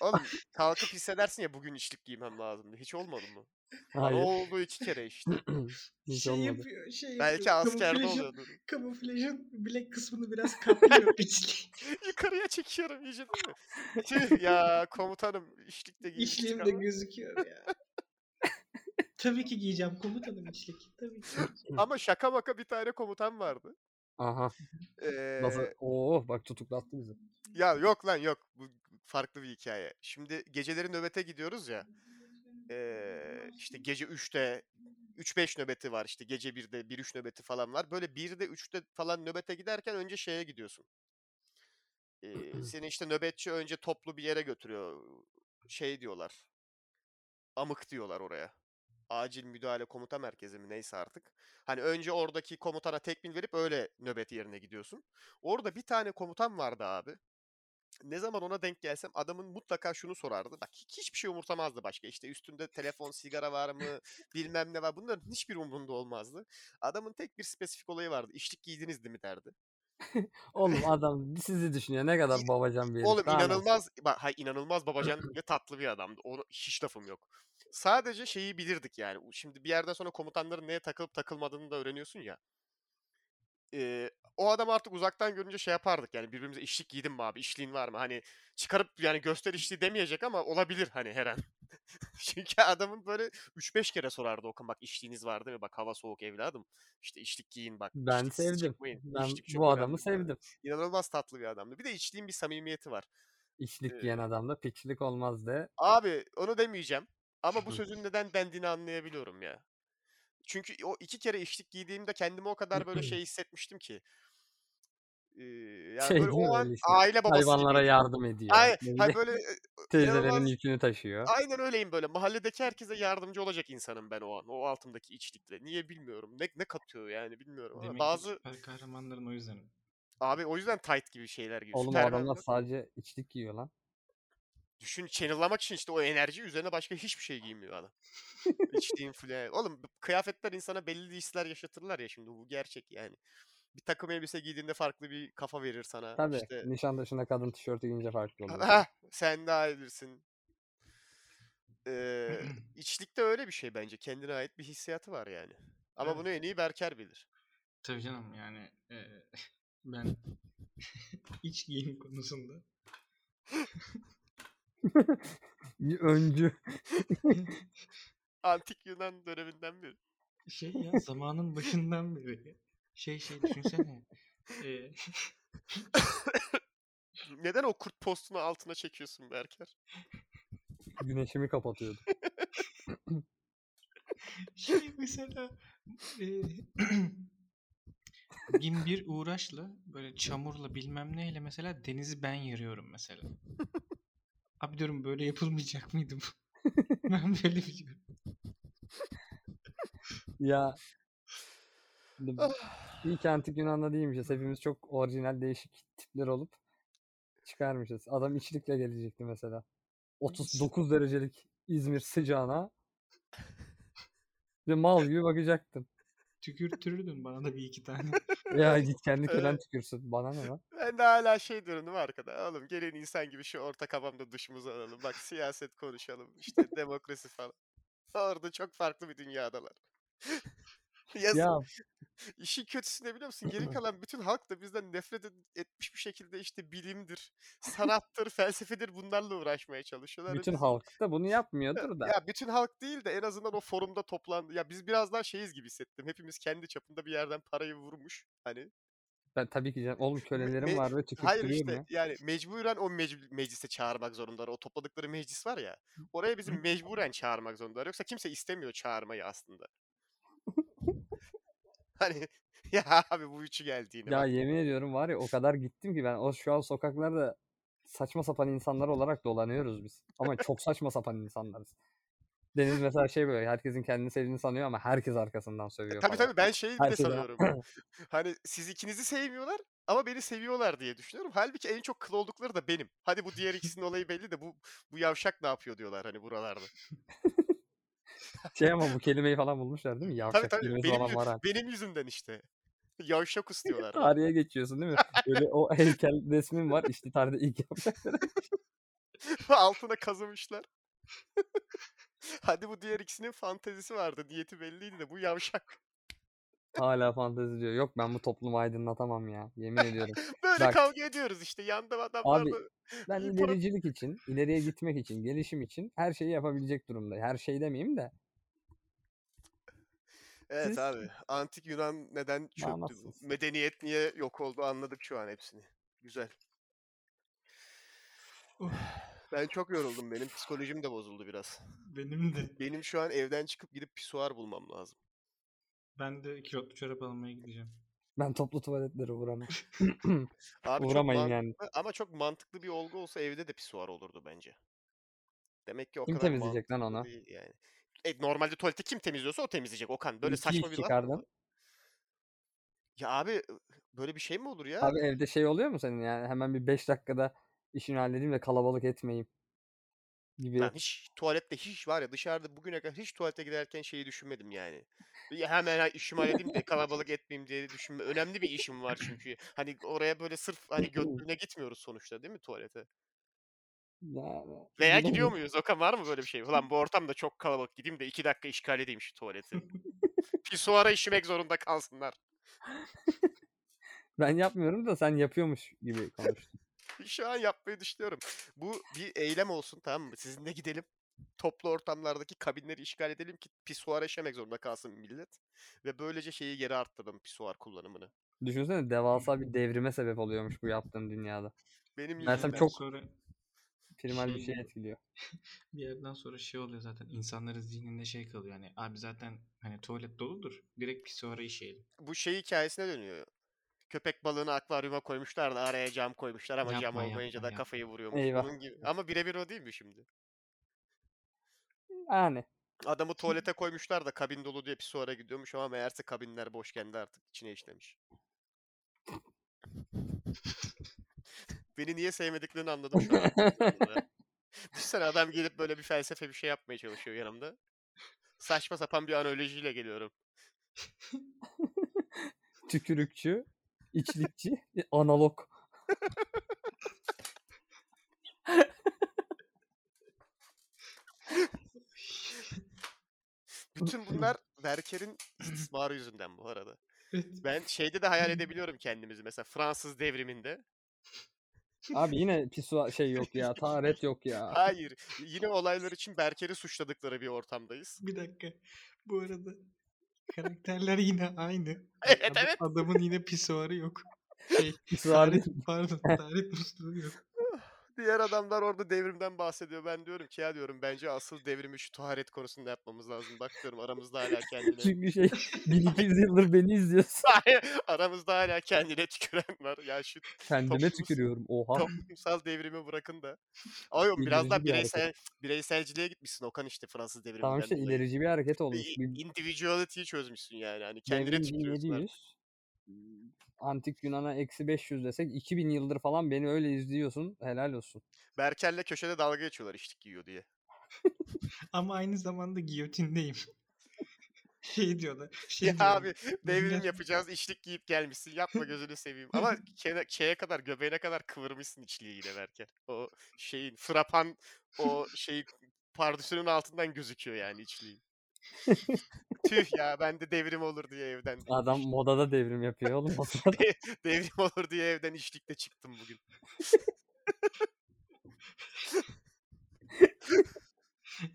Oğlum kalkıp hissedersin ya bugün içlik giymem lazım diye. Hiç olmadı mı? Bana Hayır. oldu iki kere işte. Hiç şey olmadı. yapıyor. Şey Belki yapıyor, askerde kamuflajın- oluyordu. Kamuflajın bilek kısmını biraz kaplıyor içlik. Yukarıya çekiyorum iyice değil mi? Tüh ya komutanım içlik de giymiştik İçliğim de ama. gözüküyor ya. Tabii ki giyeceğim komutanım içlik. Tabii ki. giyeceğim. Ama şaka maka bir tane komutan vardı. Aha. Ee, Nasıl? Oo Oh, bak tutuklattı bizi. Ya yok lan yok. Bu farklı bir hikaye. Şimdi geceleri nöbete gidiyoruz ya. Ee, işte gece 3'te 3-5 nöbeti var işte gece 1'de 1-3 nöbeti falan var. Böyle 1'de 3'te falan nöbete giderken önce şeye gidiyorsun. Ee, seni işte nöbetçi önce toplu bir yere götürüyor. Şey diyorlar. Amık diyorlar oraya. Acil müdahale komuta merkezi mi neyse artık. Hani önce oradaki komutana tekmil verip öyle nöbet yerine gidiyorsun. Orada bir tane komutan vardı abi ne zaman ona denk gelsem adamın mutlaka şunu sorardı. Bak hiç- hiçbir şey umursamazdı başka. İşte üstünde telefon, sigara var mı, bilmem ne var. Bunların hiçbir umurunda olmazdı. Adamın tek bir spesifik olayı vardı. İşlik giydiniz değil mi derdi. Oğlum adam sizi düşünüyor. Ne kadar babacan bir herif. Oğlum Tamam. inanılmaz bak hay inanılmaz babacan ve tatlı bir adamdı. Ona hiç lafım yok. Sadece şeyi bilirdik yani. U- Şimdi bir yerden sonra komutanların neye takılıp takılmadığını da öğreniyorsun ya. Ee, o adam artık uzaktan görünce şey yapardık yani birbirimize işlik giydin mi abi işliğin var mı hani çıkarıp yani göster işliği demeyecek ama olabilir hani her an. Çünkü adamın böyle 3-5 kere sorardı Okan bak işliğiniz var değil mi bak hava soğuk evladım işte işlik giyin bak. Ben işliksiz sevdim. çıkmayın, Ben işlik çok bu adamı önemli" falan. sevdim. İnanılmaz tatlı bir adamdı bir de içliğin bir samimiyeti var. Ee, İçlik giyen adamda piçlik olmaz de. Abi onu demeyeceğim. Ama bu Hı. sözün neden dendiğini anlayabiliyorum ya. Çünkü o iki kere içlik giydiğimde kendimi o kadar böyle şey hissetmiştim ki. Ee, yani Şey böyle değil o mi an öyle işte, aile babası Hayvanlara gibiydim. yardım ediyor. Ay, Ne hay bileyim, böyle e, Teyzelerin inanılmaz- yükünü taşıyor. aynen öyleyim böyle. Mahalledeki herkese yardımcı olacak insanım ben o an. O altımdaki içlikle. Niye bilmiyorum. Ne ne katıyor yani bilmiyorum ama Demek ki bazı süper kahramanların o yüzden. abi o yüzden tight gibi şeyler gibi. Oğlum o Süpermen adamlar bak, sadece içlik giyiyor lan. düşün channel'lamak için işte o enerji üzerine başka hiçbir şey giymiyor adam. İçtiğin fle. Oğlum bu kıyafetler insana belli hisler yaşatırlar ya şimdi bu gerçek yani. Bir takım elbise giydiğinde farklı bir kafa verir sana. Tabii İşte nişantaşına kadın tişörtü giyince farklı oluyor. "Ah, sen daha iyidirsin. Ee, içlikte öyle bir şey bence. Kendine ait bir hissiyatı var yani. Ama Evet. bunu en iyi Berker bilir. Tabii canım yani e, ben iç giyim konusunda Bir Öncü. Antik Yunan döneminden beri. şey ya zamanın başından beri şey şey düşünsene e, Neden o kurt postunu altına çekiyorsun Berker? Güneşimi kapatıyordu. şey mesela e, bin bir uğraşla böyle çamurla bilmem neyle mesela denizi ben yarıyorum mesela. Abi diyorum böyle yapılmayacak mıydı bu? ben böyle biliyorum. Ya. Ah. İyi ki antik Yunan'da değilmişiz. Hepimiz çok orijinal değişik tipler olup çıkarmışız. Adam içlikle gelecekti mesela. 39 derecelik İzmir sıcağına bir mal gibi bakacaktım. Tükürtürürdün bana da bir iki tane. Ya git kendi kölen Evet. tükürsün. Bana ne lan? Ben de hala şey diyorum değil mi arkada? Oğlum gelin insan gibi şu ortak havamda duşumuzu alalım. Bak siyaset konuşalım. İşte demokrasi falan. Orada çok farklı bir dünyadalar. Yazın. Ya İşin kötüsü ne biliyor musun? Geri kalan bütün halk da bizden nefret ed- etmiş bir şekilde işte bilimdir, sanattır, felsefedir bunlarla uğraşmaya çalışıyorlar. ve bütün biz- halk da bunu yapmıyordur da. Ya bütün halk değil de en azından o forumda toplandı. Ya biz biraz daha şeyiz gibi hissettim. Hepimiz kendi çapında bir yerden parayı vurmuş. Hani Ben tabii ki canım. Oğlum kölelerim me- var ve hayır tükürttürüyorum işte ya. yani mecburen o mec- meclise çağırmak zorundalar. O topladıkları meclis var ya. Oraya bizim mecburen çağırmak zorundalar. Yoksa kimse istemiyor çağırmayı aslında. hani ya abi bu üçü geldi yine. Ya bak. yemin ediyorum var ya o kadar gittim ki ben o şu an sokaklarda saçma sapan insanlar olarak dolanıyoruz biz. Ama çok saçma sapan insanlarız. Deniz mesela şey böyle herkesin kendini sevdiğini sanıyor ama herkes arkasından sövüyor E, Tabii falan. tabii ben şey de Herkes- sanıyorum. hani siz ikinizi sevmiyorlar ama beni seviyorlar diye düşünüyorum. Halbuki en çok kıl oldukları da benim. Hadi bu diğer ikisinin olayı belli de bu bu yavşak ne yapıyor diyorlar hani buralarda. Şey ama bu kelimeyi falan bulmuşlar değil mi? tabii Yavşak tabii kelimesi benim, falan yüzü- var ha. benim yüzümden işte. Yavşakus diyorlar. bana. Tarihe geçiyorsun değil mi? Böyle o heykel resmin var işte tarihte ilk yapacakları. Altına kazımışlar. Hadi bu diğer ikisinin fantezisi vardı. Niyeti belliydi de bu yavşak. Hala fantezi diyor. Yok ben bu toplumu aydınlatamam ya. Yemin ediyorum. Böyle Bak. kavga ediyoruz işte. Yanda adamlar Abi, da Ben İyi para- ilericilik için, ileriye gitmek için, gelişim için her şeyi yapabilecek durumda. Her şey demeyeyim de. Evet Siz- abi. Antik Yunan neden çöktü? Bağımsız. Medeniyet niye yok oldu anladık şu an hepsini. Güzel. Uf. Ben çok yoruldum. Benim psikolojim de bozuldu biraz. Benim de. Benim şu an evden çıkıp gidip pisuar bulmam lazım. Ben de kilotlu çorap almaya gideceğim. Ben toplu tuvaletlere uğramam. Abi çok Uğramayın man- yani. Ama çok mantıklı bir olgu olsa evde de pisuar olurdu bence. Demek ki o Kim kadar temizleyecek lan mantıklı onu? değil yani. E, normalde tuvaleti kim temizliyorsa o temizleyecek Okan. Böyle İki saçma iş bir laf mı çıkardın. var? Ya abi böyle bir şey mi olur ya? Abi evde şey oluyor mu senin yani hemen bir 5 dakikada işini halledeyim de kalabalık etmeyeyim gibi. Ben hiç tuvalette hiç var ya dışarıda bugüne kadar hiç tuvalete giderken şeyi düşünmedim yani. Ya Hemen ha- işimi halledeyim de kalabalık etmeyeyim diye düşünme. Önemli bir işim var çünkü. Hani oraya böyle sırf hani götlüğüne gitmiyoruz sonuçta değil mi tuvalete? Yani Veya bilemiyorum. gidiyor muyuz? Okan var mı böyle bir şey? Ulan bu ortam da çok kalabalık gideyim de iki dakika işgal edeyim şu tuvaleti. Pisuara işimek zorunda kalsınlar. Ben yapmıyorum da sen yapıyormuş gibi konuştun. Şu an yapmayı düşünüyorum. Bu bir eylem olsun tamam mı? Sizinle gidelim. Toplu ortamlardaki kabinleri işgal edelim ki pisuar işemek zorunda kalsın millet. Ve böylece şeyi geri arttıralım pisuar kullanımını. Düşünsene devasa bir devrime sebep oluyormuş bu yaptığın dünyada. Benim Bir Mersem yüzümden Mersem yerden çok- Sonra, Primal bir Şey- şey etkiliyor. bir yerden sonra şey oluyor zaten. insanların zihninde şey kalıyor yani. Abi zaten hani tuvalet doludur. Direkt pisuara işeyelim. bu şey hikayesine dönüyor. Köpek balığını akvaryuma koymuşlar da araya cam koymuşlar ama cam Yapma, olmayınca yapma, da yapma. kafayı vuruyormuş. Eyvah. Bunun gibi. Ama birebir o değil mi şimdi? Yani Adamı tuvalete koymuşlar da kabin dolu diye pisuara gidiyormuş ama meğerse kabinler boş kendi artık içine işlemiş. Beni niye sevmediklerini anladım şu an. Düşünsene adam gelip böyle bir felsefe bir şey yapmaya çalışıyor yanımda. Saçma sapan bir analojiyle geliyorum. tükürükçü, içlikçi, analog. Bütün bunlar Verker'in istismarı yüzünden bu arada. Evet. Ben şeyde de hayal edebiliyorum kendimizi mesela Fransız devriminde. Abi yine pisua şey yok ya. Taharet yok ya. Hayır. Yine olaylar için Berker'i suçladıkları bir ortamdayız. Bir dakika. Bu arada karakterler yine aynı. Evet Adam- evet. Adamın yine pisuarı yok. Şey, Pisuarı taharet- pardon, taharet musluğu yok. Diğer adamlar orada devrimden bahsediyor. Ben diyorum ki ya diyorum bence asıl devrimi şu tuharet konusunda yapmamız lazım. Bak diyorum aramızda hala kendine. Çünkü şey 1200 yıldır beni izliyorsun. aramızda hala kendine tüküren var. Ya şu Kendime Toplumsal- tükürüyorum. Oha. toplumsal devrimi bırakın da. Ayol biraz Ah. İlerici daha bir hareket. bireysel, bireyselciliğe gitmişsin Okan işte Fransız devriminden Tamam işte dolayı. ilerici bir hareket Bir olmuş. Bir Individuality'yi çözmüşsün yani. Hani kendine devrim tükürüyorsun 1700. artık. m, Antik Yunan'a eksi 500 desek 2000 yıldır falan beni öyle izliyorsun. Helal olsun. Berker'le köşede dalga geçiyorlar içlik giyiyor diye. Ama aynı zamanda giyotindeyim. şey diyorlar. Şey Ya diyorlar. abi devrim biraz- yapacağız içlik giyip gelmişsin yapma gözünü seveyim. Ama kene- şeye kadar göbeğine kadar kıvırmışsın içliği yine Berker. O şeyin frapan o şey pardüsünün altından gözüküyor yani içliğin. Tüh ya ben de devrim olur diye evden. Adam modada devrim yapıyor oğlum. o sırada. Devrim olur diye evden içlikle çıktım bugün.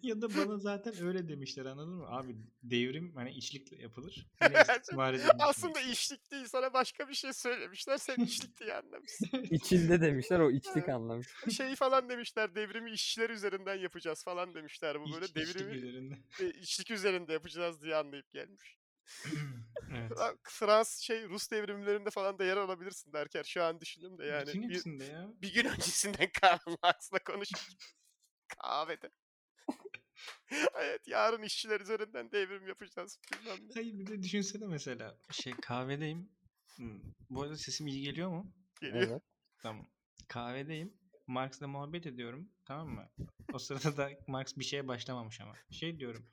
ya da bana zaten öyle demişler anladın mı? Abi devrim hani içlikle yapılır. Yine istismar edilmiş bu. Aslında içlik değil sana başka bir şey söylemişler sen içlik diye anlamışsın. İçinde demişler o içlik anlamış. Şey falan demişler devrimi işçiler üzerinden yapacağız falan demişler bu böyle İç- içlik devrimi üzerinde. e, içlik üzerinde yapacağız diye anlayıp gelmiş. evet. Ulan Fransız şey Rus devrimlerinde falan da yer alabilirsin derken şu an düşündüm de yani Bütün bir, hepsinde ya. bir gün öncesinden Karl Marx'la konuştuk kahvede. evet yarın işçiler üzerinden devrim yapacağız bilmem ne Hayır bir de düşünsene mesela. Şey kahvedeyim. Hmm, Bu arada sesim iyi geliyor mu? geliyor. Evet. Tamam. Kahvedeyim. Marx'la muhabbet ediyorum. Tamam mı? O sırada da Marx bir şeye başlamamış ama. Şey diyorum.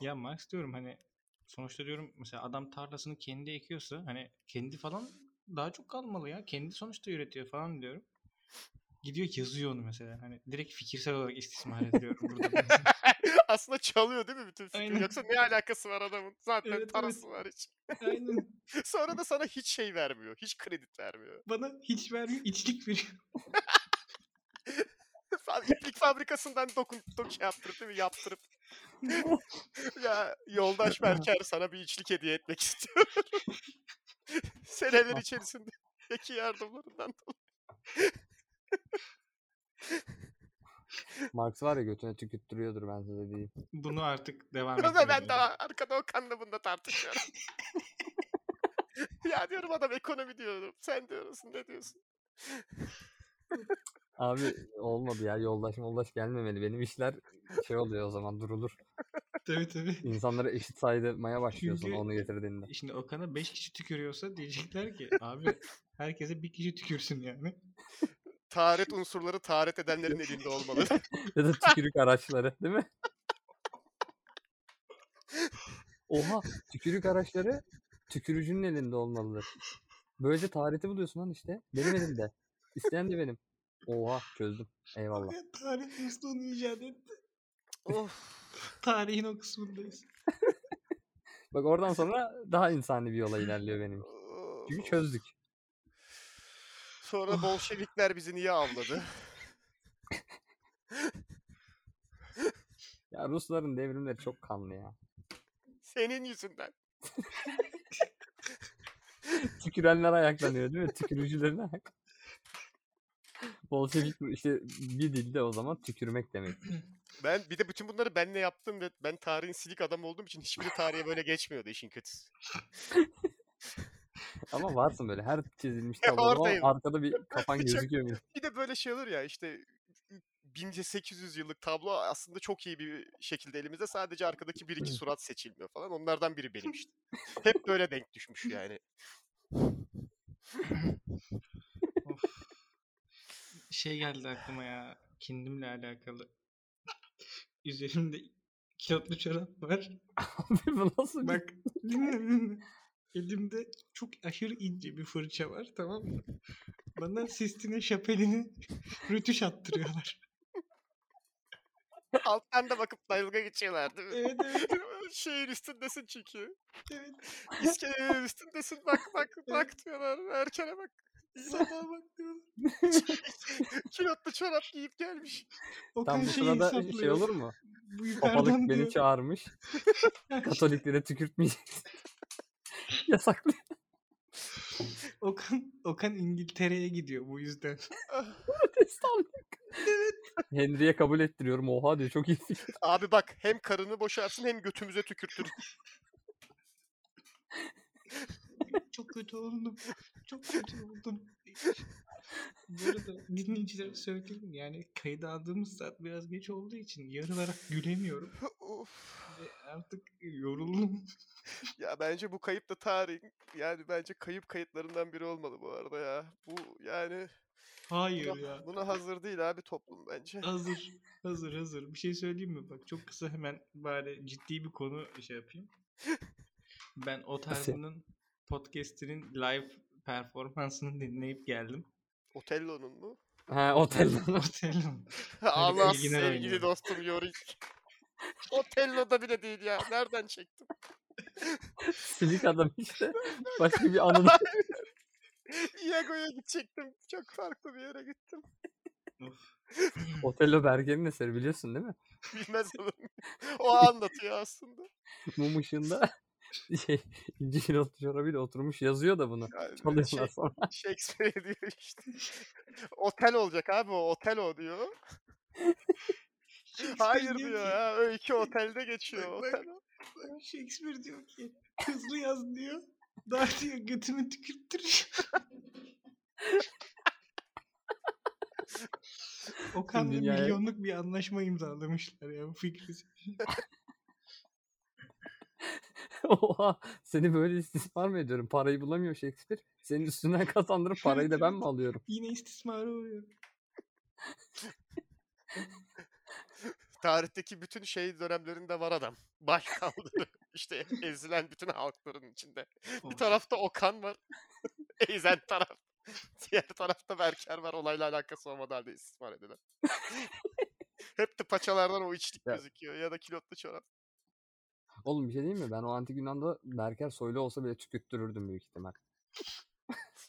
Ya Marx diyorum hani sonuçta diyorum mesela adam tarlasını kendi ekiyorsa hani kendi falan daha çok kalmalı ya. Kendi sonuçta üretiyor falan diyorum. Gidiyor ki yazıyor onu mesela. Hani direkt fikirsel olarak istismar ediyorum burada. ben. Aslında çalıyor değil mi bütün fikri? Aynen. Yoksa ne alakası var adamın? Zaten Evet, evet. parası var hiç. Aynen. Sonra da sana hiç şey vermiyor. Hiç kredi vermiyor. Bana hiç vermiyor, içlik veriyor. Fa- İplik fabrikasından dokun, dok şey yaptırıp değil mi? Yaptırıp. ya yoldaş Berker sana bir içlik hediye etmek istiyorum. Seneler içerisindeki yardımlarından dolayı. Marx var ya götüne tükürttürüyordur ben size diyeyim. Bunu artık devam Bunu da ben ettiremiyorum. daha arkada Okan'la bunda tartışıyorum. ya diyorum adam ekonomi diyorum. Sen diyorsun ne diyorsun? Abi olmadı ya yoldaş yoldaş gelmemeli. Benim işler şey oluyor o zaman durulur. Tabii tabii. İnsanlara eşit saymaya başlıyorsun Çünkü- onu getirdiğinde. Şimdi Okan'a 5 kişi tükürüyorsa diyecekler ki abi herkese bir kişi tükürsün yani. Taharet unsurları taharet edenlerin elinde olmalı. ya da tükürük araçları değil mi? Oha tükürük araçları tükürücünün elinde olmalıdır. Böylece tarihte buluyorsun lan işte. Benim elimde. İsteyen de benim. Oha çözdüm. Eyvallah. Tarih musluğunu icat etti. of. Tarihin o kısmındayız. Bak oradan sonra daha insani bir yola ilerliyor benim. Çünkü çözdük. Sonra Bolşevikler bizi niye avladı? Ya Rusların devrimleri çok kanlı ya. Senin yüzünden. Tükürenler ayaklanıyor değil mi? Tükürücülerin ayak. Bolşevik işte bir dilde o zaman tükürmek demek. Ben bir de bütün bunları benle yaptım ve ben tarihin silik adam olduğum için hiçbir tarihe böyle geçmiyordu işin kötüsü. Ama varsın böyle her çizilmiş Ya tabloda oradayım. arkada bir kafan Çok- gözüküyor. böyle. Bir de böyle şey olur ya işte 1800 yıllık tablo aslında çok iyi bir şekilde elimizde sadece arkadaki bir iki surat seçilmiyor falan. Onlardan biri benim işte. Hep böyle denk düşmüş yani. Şey geldi aklıma ya kendimle alakalı. Üzerimde kilotlu çorap var. Abi bu nasıl bir Bak dinle dinle. Elimde çok aşırı ince bir fırça var tamam mı? Bana Sistine Şapeli'ni rütüş attırıyorlar. Alttan da bakıp dalga geçiyorlar değil mi? Evet evet Şeyin üstündesin çünkü. evet. İskelenin üstündesin bak bak bak diyorlar. Erkene bak. Sana bak diyorum. Kilotlu çorap giyip gelmiş. O Tam bu şeyi sırada hesaplıyor. şey olur mu? Bu Papalık yukarıdan beni diyor. çağırmış. Katoliklere tükürtmeyeceksin. Yasaklı. Okan, Okan İngiltere'ye gidiyor bu yüzden. Protestanlık. Henry'e kabul ettiriyorum. Oha diyor çok iyi fikir. Abi bak hem karını boşarsın hem götümüze tükürtür. Çok kötü oldum. Çok kötü oldum. Bu arada dinleyicilere söyleyeyim yani kayıda aldığımız saat biraz geç olduğu için yarılarak gülemiyorum. of. Ve artık yoruldum. Ya bence bu kayıp da tarih. Yani bence kayıp kayıtlarından biri olmalı bu arada ya. Bu yani Hayır ya. buna, buna hazır değil abi toplum bence. Hazır. Hazır hazır. Bir şey söyleyeyim mi? Bak çok kısa hemen bari ciddi bir konu şey yapayım. Ben o tarzının podcast'inin live performansını dinleyip geldim. Otello'nun mu? Ha otel. Otelin. Allah bilgiler sevgili oynuyor. dostum Yorick. Otello'da bile değil ya. Nereden çektim? Silik adam işte. Başka bir anıda. Iago'ya gidecektim. Çok farklı bir yere gittim. Otello Bergen'in eseri biliyorsun değil mi? Bilmez olur muyum? O anlatıyor aslında. Mum ışığında şey, ince kilot çorabıyla oturmuş yazıyor da bunu. Yani Çalıyorlar şey- sonra. Shakespeare diyor işte. Otel olacak abi o. Otel o diyor. Hayır diyor ya. Öykü otelde geçiyor. Bak, Otel o. Lan Shakespeare diyor ki hızlı yaz diyor. Daha diyor götümü tükürttür. Okan'la Dünyaya- milyonluk bir anlaşma imzalamışlar ya bu fikri. Oha seni böyle istismar mı ediyorum? Parayı bulamıyor Shakespeare. Senin üstünden kazandırıp parayı da ben mi alıyorum? Yine istismara uğruyor. Tarihteki bütün şey dönemlerinde var adam. Baş kaldırı. işte ezilen bütün halkların içinde. Bir tarafta Okan var. Ezen taraf. Diğer tarafta Berker var olayla alakası olmadığı halde istismar edilen. Hep de paçalardan o içlik Ya. gözüküyor ya da kilotlu çorap. Oğlum bir şey diyeyim mi? Ben o antik Yunan'da Berker soylu olsa bile tükürttürürdüm büyük ihtimal.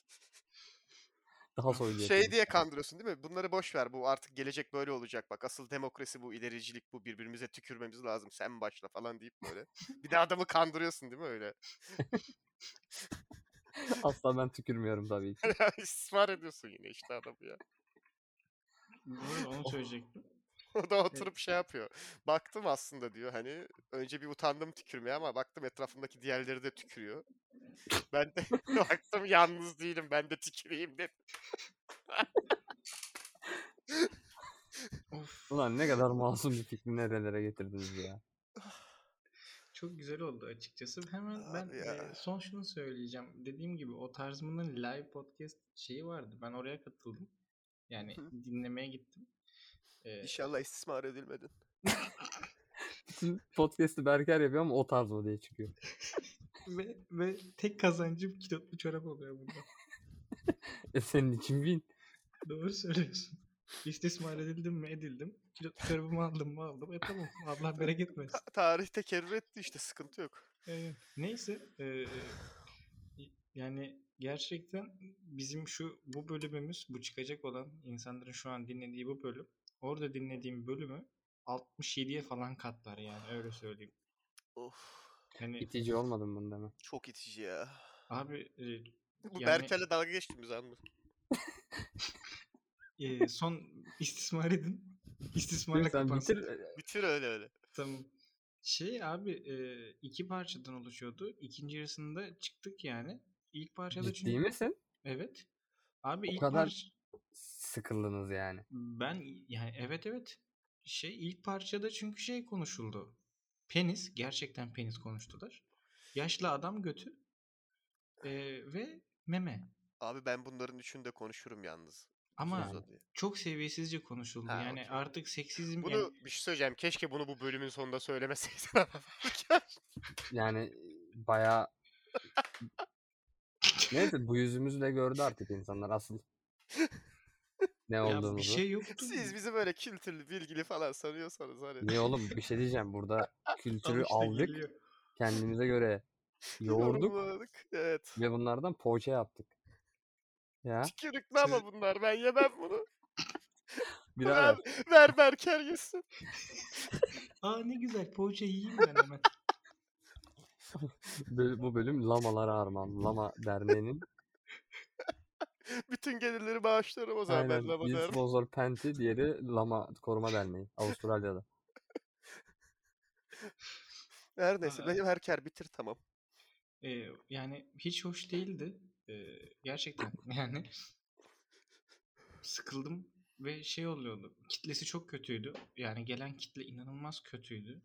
Daha soylu Şey yapayım. diye kandırıyorsun değil mi? Bunları boş ver bu artık gelecek böyle olacak bak. Asıl demokrasi bu ilericilik bu birbirimize tükürmemiz lazım sen başla falan deyip böyle. Bir de adamı kandırıyorsun değil mi öyle? Asla ben tükürmüyorum tabii ki. İstismar ediyorsun yine işte adamı ya. Doğru onu söyleyecektim. O da oturup şey yapıyor. Baktım aslında diyor hani önce bir utandım tükürmeye ama baktım etrafındaki diğerleri de tükürüyor. Ben de baktım yalnız değilim ben de tüküreyim dedim. Of, Ulan ne kadar masum bir fikri nerelere getirdiniz ya. çok güzel oldu açıkçası. Hemen ben Abi ya. e, son şunu söyleyeceğim. Dediğim gibi o tarzımın live podcast şeyi vardı. Ben oraya katıldım. Yani Hı. dinlemeye gittim. E, İnşallah istismar edilmedin. Bütün podcast'i Berker yapıyor ama o tarz o diye çıkıyor. ve, ve tek kazancım kilotlu çorap oluyor burada. E senin için bin. Doğru söylüyorsun. İstismar edildim mi edildim. Kilotlu çorabımı aldım mı aldım. E tamam Allah bereket versin. Tarih tekerrür etti işte sıkıntı yok. Ee, neyse ee, yani gerçekten bizim şu bu bölümümüz bu çıkacak olan insanların şu an dinlediği bu bölüm orada dinlediğim bölümü 67'ye falan katlar yani öyle söyleyeyim. Of Hani İtici olmadım bunu deme. çok itici ya. abi ee, Bu Yani- Berker'le dalga geçtiğimiz an mı? ee, son istismar edin. İstismarla Sen kapansın. bitir. e, Bitir öyle öyle. Tamam. Şey abi e, iki parçadan oluşuyordu. İkinci yarısında çıktık yani. İlk şey parçada çünkü- Ciddi misin? Evet. Abi O ilk kadar- parça Sıkıldınız yani. ben yani evet evet. Şey ilk parçada çünkü şey konuşuldu. Penis gerçekten penis konuştular. Yaşlı adam götü e, ve meme. Abi ben bunların üçünü de konuşurum yalnız. Ama Yani. Uzun diye. çok seviyesizce konuşuldu. Ha, yani okey. artık seksizm Bunu yani- bir şey söyleyeceğim. Keşke bunu bu bölümün sonunda söylemeseydin ama Berker. Yani e, bayağı... Neyse bu yüzümüzle gördü artık insanlar asıl. Ne ya olduğumuzu. bir şey yoktu. Siz bizi böyle kültürlü, bilgili falan sanıyorsanız hani. Niye oğlum bir şey diyeceğim burada Al kültürü işte aldık geliyor. kendimize göre yoğurduk yorumladık. Evet. ve bunlardan poğaça yaptık. Ya Tükürüklü ama bunlar. Ben yemem bunu. birader Ver, ver Berker yesin. Aa ne güzel poğaça yiyeyim ben hemen. bö- bu bölüm lamalara armağan. Lama derneğinin Bütün gelirleri bağışlarım o zaman aynen ben lama bir derim. sponsor Penti diğeri Lama Koruma Derneği Avustralya'da. Her neyse. Aa. Benim Berker bitir tamam. Ee, yani hiç hoş değildi. Ee, gerçekten yani sıkıldım ve şey oluyordu. Kitlesi çok kötüydü. Yani gelen kitle inanılmaz kötüydü.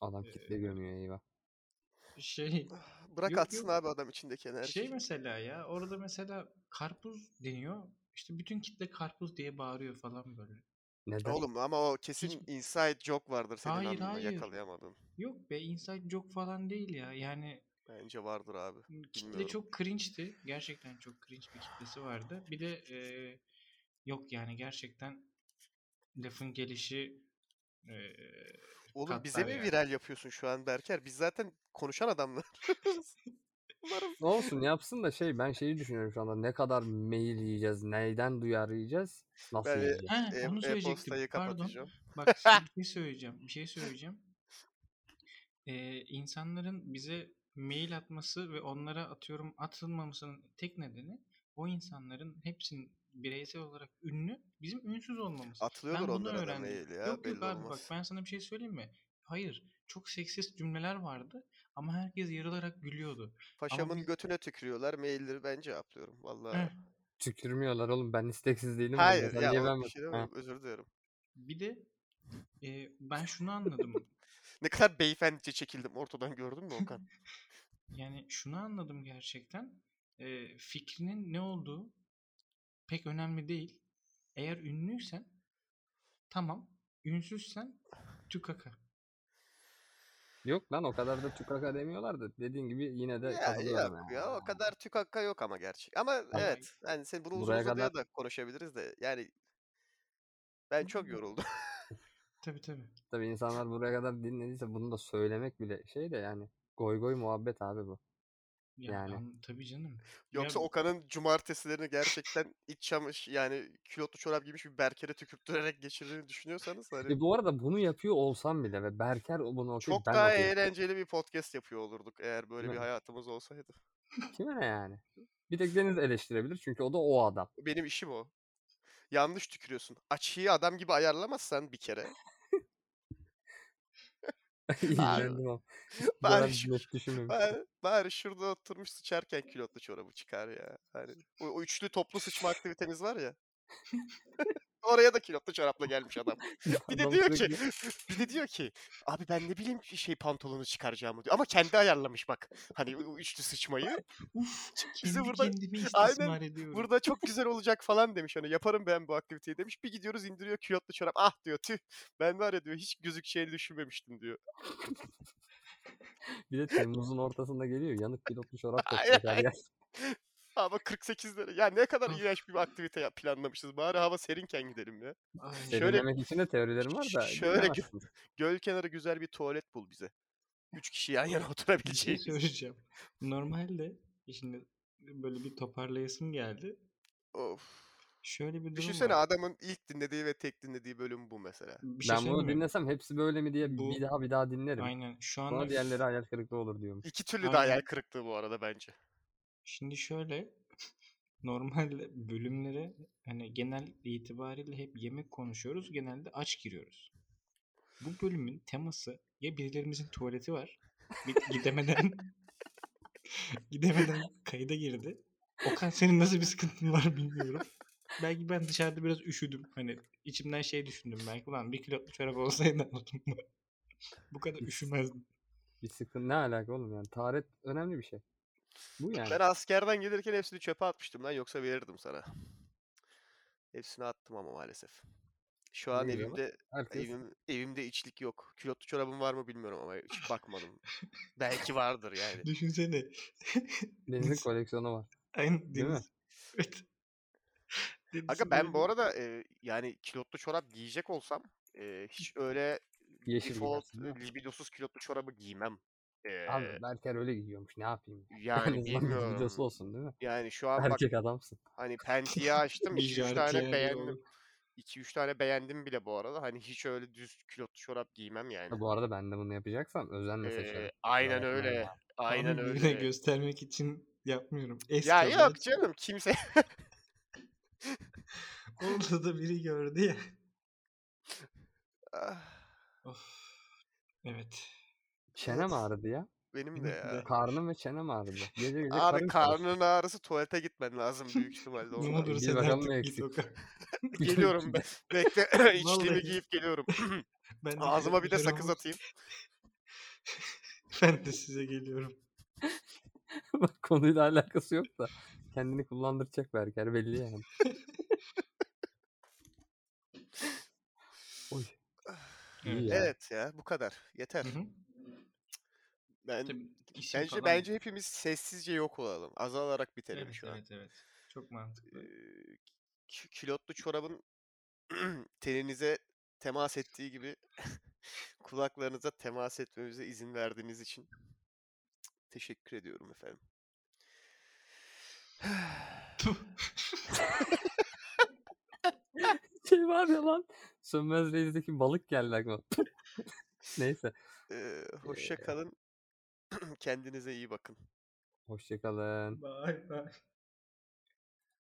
Adam Ee, kitle gömüyor eyvah. Şey Bırak Yok, atsın yok. abi adam içindeki şey enerjiyi. mesela ya orada mesela karpuz deniyor. İşte bütün kitle karpuz diye bağırıyor falan böyle. Neden? Oğlum ama o kesin Hiç- inside joke vardır senin Hayır, aklına hayır. yakalayamadın. Yok be inside joke falan değil ya. Yani Bence vardır abi. kitle Bilmiyorum. çok cringe'ti. Gerçekten çok cringe bir kitlesi vardı. Bir de e, yok yani gerçekten lafın gelişi e, Oğlum bize Katlar mi yani. viral yapıyorsun şu an Berker? Biz zaten konuşan adamlar. Umarım Olsun yapsın da şey ben şeyi düşünüyorum şu anda ne kadar mail yiyeceğiz, neyden duyar yiyeceğiz, nasıl Ben- yiyeceğiz? Ha, e- onu söyleyecektim. e-postayı Pardon. kapatacağım. Bak şimdi bir şey söyleyeceğim. Bir şey söyleyeceğim. Ee, insanların bize mail atması ve onlara atıyorum atılmamasının tek nedeni o insanların hepsinin bireysel olarak ünlü bizim ünsüz olmamız. Atılıyordur ben bunu onlara da öğrendim. mail ya. yok belli yok abi olmaz. bak ben sana bir şey söyleyeyim mi? Hayır. Çok seksist cümleler vardı ama herkes yarılarak gülüyordu. Paşamın biz- götüne tükürüyorlar. Mailleri ben cevaplıyorum. Vallahi. Heh. Tükürmüyorlar oğlum ben isteksiz değilim. ben Hayır zaten ya niye ona ben- bir şey Ha. demiyorum. Özür dilerim. Bir de e, ben şunu anladım. Ne kadar beyefendice çekildim. Ortadan gördün mü Okan? Yani şunu anladım gerçekten. Ee, fikrinin ne olduğu pek önemli değil. Eğer ünlüysen tamam. Ünsüzsen tükaka. Yok lan o kadar da tükaka demiyorlar da dediğin gibi yine de Ya, katılıyorum yok yani. ya o kadar tük hakka yok ama gerçek. Ama evet yani sen bunu uzun Buraya uzadıya kadar- da konuşabiliriz de yani ben çok yoruldum. Tabii tabii. Tabii insanlar buraya kadar dinlediyse bunu da söylemek bile şey de yani goy goy muhabbet abi bu. Ya, Yani. an- tabii canım. Yoksa Ya- Okan'ın cumartesilerini gerçekten iç çamaş yani külotlu çorap giymiş bir berkere tükürttürerek geçirdiğini düşünüyorsanız hani E bu arada bunu yapıyor olsam bile ve Berker bunu okuyup çok ben daha okuyayım. eğlenceli bir podcast yapıyor olurduk eğer böyle bir Evet. hayatımız olsaydı. Kime ne yani? Bir tek Deniz eleştirebilir çünkü o da o adam. Benim işim o. Yanlış tükürüyorsun. Açıyı adam gibi ayarlamazsan bir kere. İlgilendim ama. Bu Bari kadar şu- net düşünmemiş. Bari, bari şurada oturmuş sıçarken külotlu çorabı çıkar ya. Hani o, o üçlü toplu sıçma aktivitemiz var ya. Oraya da külotlu çorapla gelmiş adam. Bir de Adam diyor ki, sürekli- bir de diyor ki, abi ben ne bileyim ki şey pantolonu çıkaracağımı diyor. Ama kendi ayarlamış bak. Hani o üçlü sıçmayı. Uf, Bizi kendi burada- kendimi Aynen, istismar ediyorum. Burada çok güzel olacak falan demiş. Hani yaparım ben bu aktiviteyi demiş. Bir gidiyoruz indiriyor külotlu çorap. Ah diyor tüh. Ben var ya diyor hiç gözükeceğini düşünmemiştim diyor. Bir de Temmuz'un ortasında geliyor. Yanık pilotlu çorap da Aynen. çıkar ya. Ama 48 lira. Ya ne kadar Of. iğrenç bir aktivite ya- planlamışız. Bari hava serinken gidelim ya. Ay, Şöyle- Derinlemek için de teorilerim var da. Şöyle gö- bilemezsin. Göl kenarı güzel bir tuvalet bul bize. Üç kişi yan yana bir şey oturabileceğimiz. söyleyeceğim. Normalde e, şimdi böyle bir toparlayasım geldi. of. Şöyle bir durum Düşünsene var. adamın ilk dinlediği ve tek dinlediği bölüm bu mesela. Bir şey ben söyleyeyim bunu mi? dinlesem hepsi böyle mi diye Bu- bir daha bir daha dinlerim. Aynen. Şu Sonra anda diğerleri hayal kırıklığı olur diyorum. İki türlü de hayal Aynen. kırıklığı bu arada bence. Şimdi şöyle normal bölümlere hani genel itibariyle hep yemek konuşuyoruz. Genelde aç giriyoruz. Bu bölümün teması ya birilerimizin tuvaleti var. bir- Gidemeden gidemeden kayda girdi. Okan senin nasıl bir sıkıntın var bilmiyorum. Belki ben dışarıda biraz üşüdüm. Hani içimden şey düşündüm belki. Ulan bir kiloluk çorap olsaydı altımda. Bu kadar üşümezdim. Bir sıkıntı ne alaka oğlum yani. Taharet önemli bir şey. Bu yani. Ben askerden gelirken hepsini çöpe atmıştım lan yoksa verirdim sana. Hepsini attım ama maalesef. Şu an Ne güzel lan. evimde Herkes evim, evimde içlik yok. Külotlu çorabım var mı bilmiyorum ama hiç bakmadım. Belki vardır yani. Düşünsene. Deniz'in koleksiyonu var. Aynen Değil mi? deniz. Evet. Aga Denizin ben bu böyle- arada e, yani kilotlu çorap giyecek olsam e, hiç öyle Yeşil default giyersin, değil mi? libidosuz kilotlu çorabı giymem. Ee, Abi Berker öyle giyiyormuş ne yapayım. En yani azından bir videosu bilmiyorum. olsun değil mi? Yani şu an bak Erkek adamsın. hani Penti'yi açtım 2-3 tane jartiyer beğendim. oğlum. 2-3 tane beğendim bile bu arada. Hani hiç öyle düz kilotlu çorap giymem yani. Ha, bu arada ben de bunu yapacaksam özenle Ee, seçerim. aynen yapmam öyle. abi. Aynen Onu birine öyle. göstermek için yapmıyorum. Ya Eskiden yok canım kimse Orada da biri gördü ya. Ah, Of. Evet. Çenem ağrıdı ya. benim de ya. Karnım ve çenem ağrıdı. Gece gece Abi karın karnının ağrısı tuvalete gitmen lazım büyük ihtimalle. Ne ondan. olur bir sen bakalım artık ne git eksik. Okan. Geliyorum ben. Bekle içtiğimi Vallahi. giyip geliyorum. Ben de Ağzıma bir de güzel sakız olmaz. atayım. Ben de size geliyorum. Bak konuyla alakası yok da. Kendini kullandıracak Berker belli yani. Oy. İyi ya. Evet ya bu kadar. Yeter. Hı hı. Ben Tabii isim bence falan- bence hepimiz sessizce yok olalım. Azalarak bitelim evet, şu an. evet evet. Çok mantıklı. Ee, ki- kilotlu çorabın teninize temas ettiği gibi kulaklarınıza temas etmemize izin verdiğiniz için teşekkür ediyorum efendim. Tuh. Şey var ya lan. Sönmez Reis'deki balık geldi aklıma. Neyse. Ee, hoşça kalın. Kendinize iyi bakın. Hoşçakalın. Bye bye.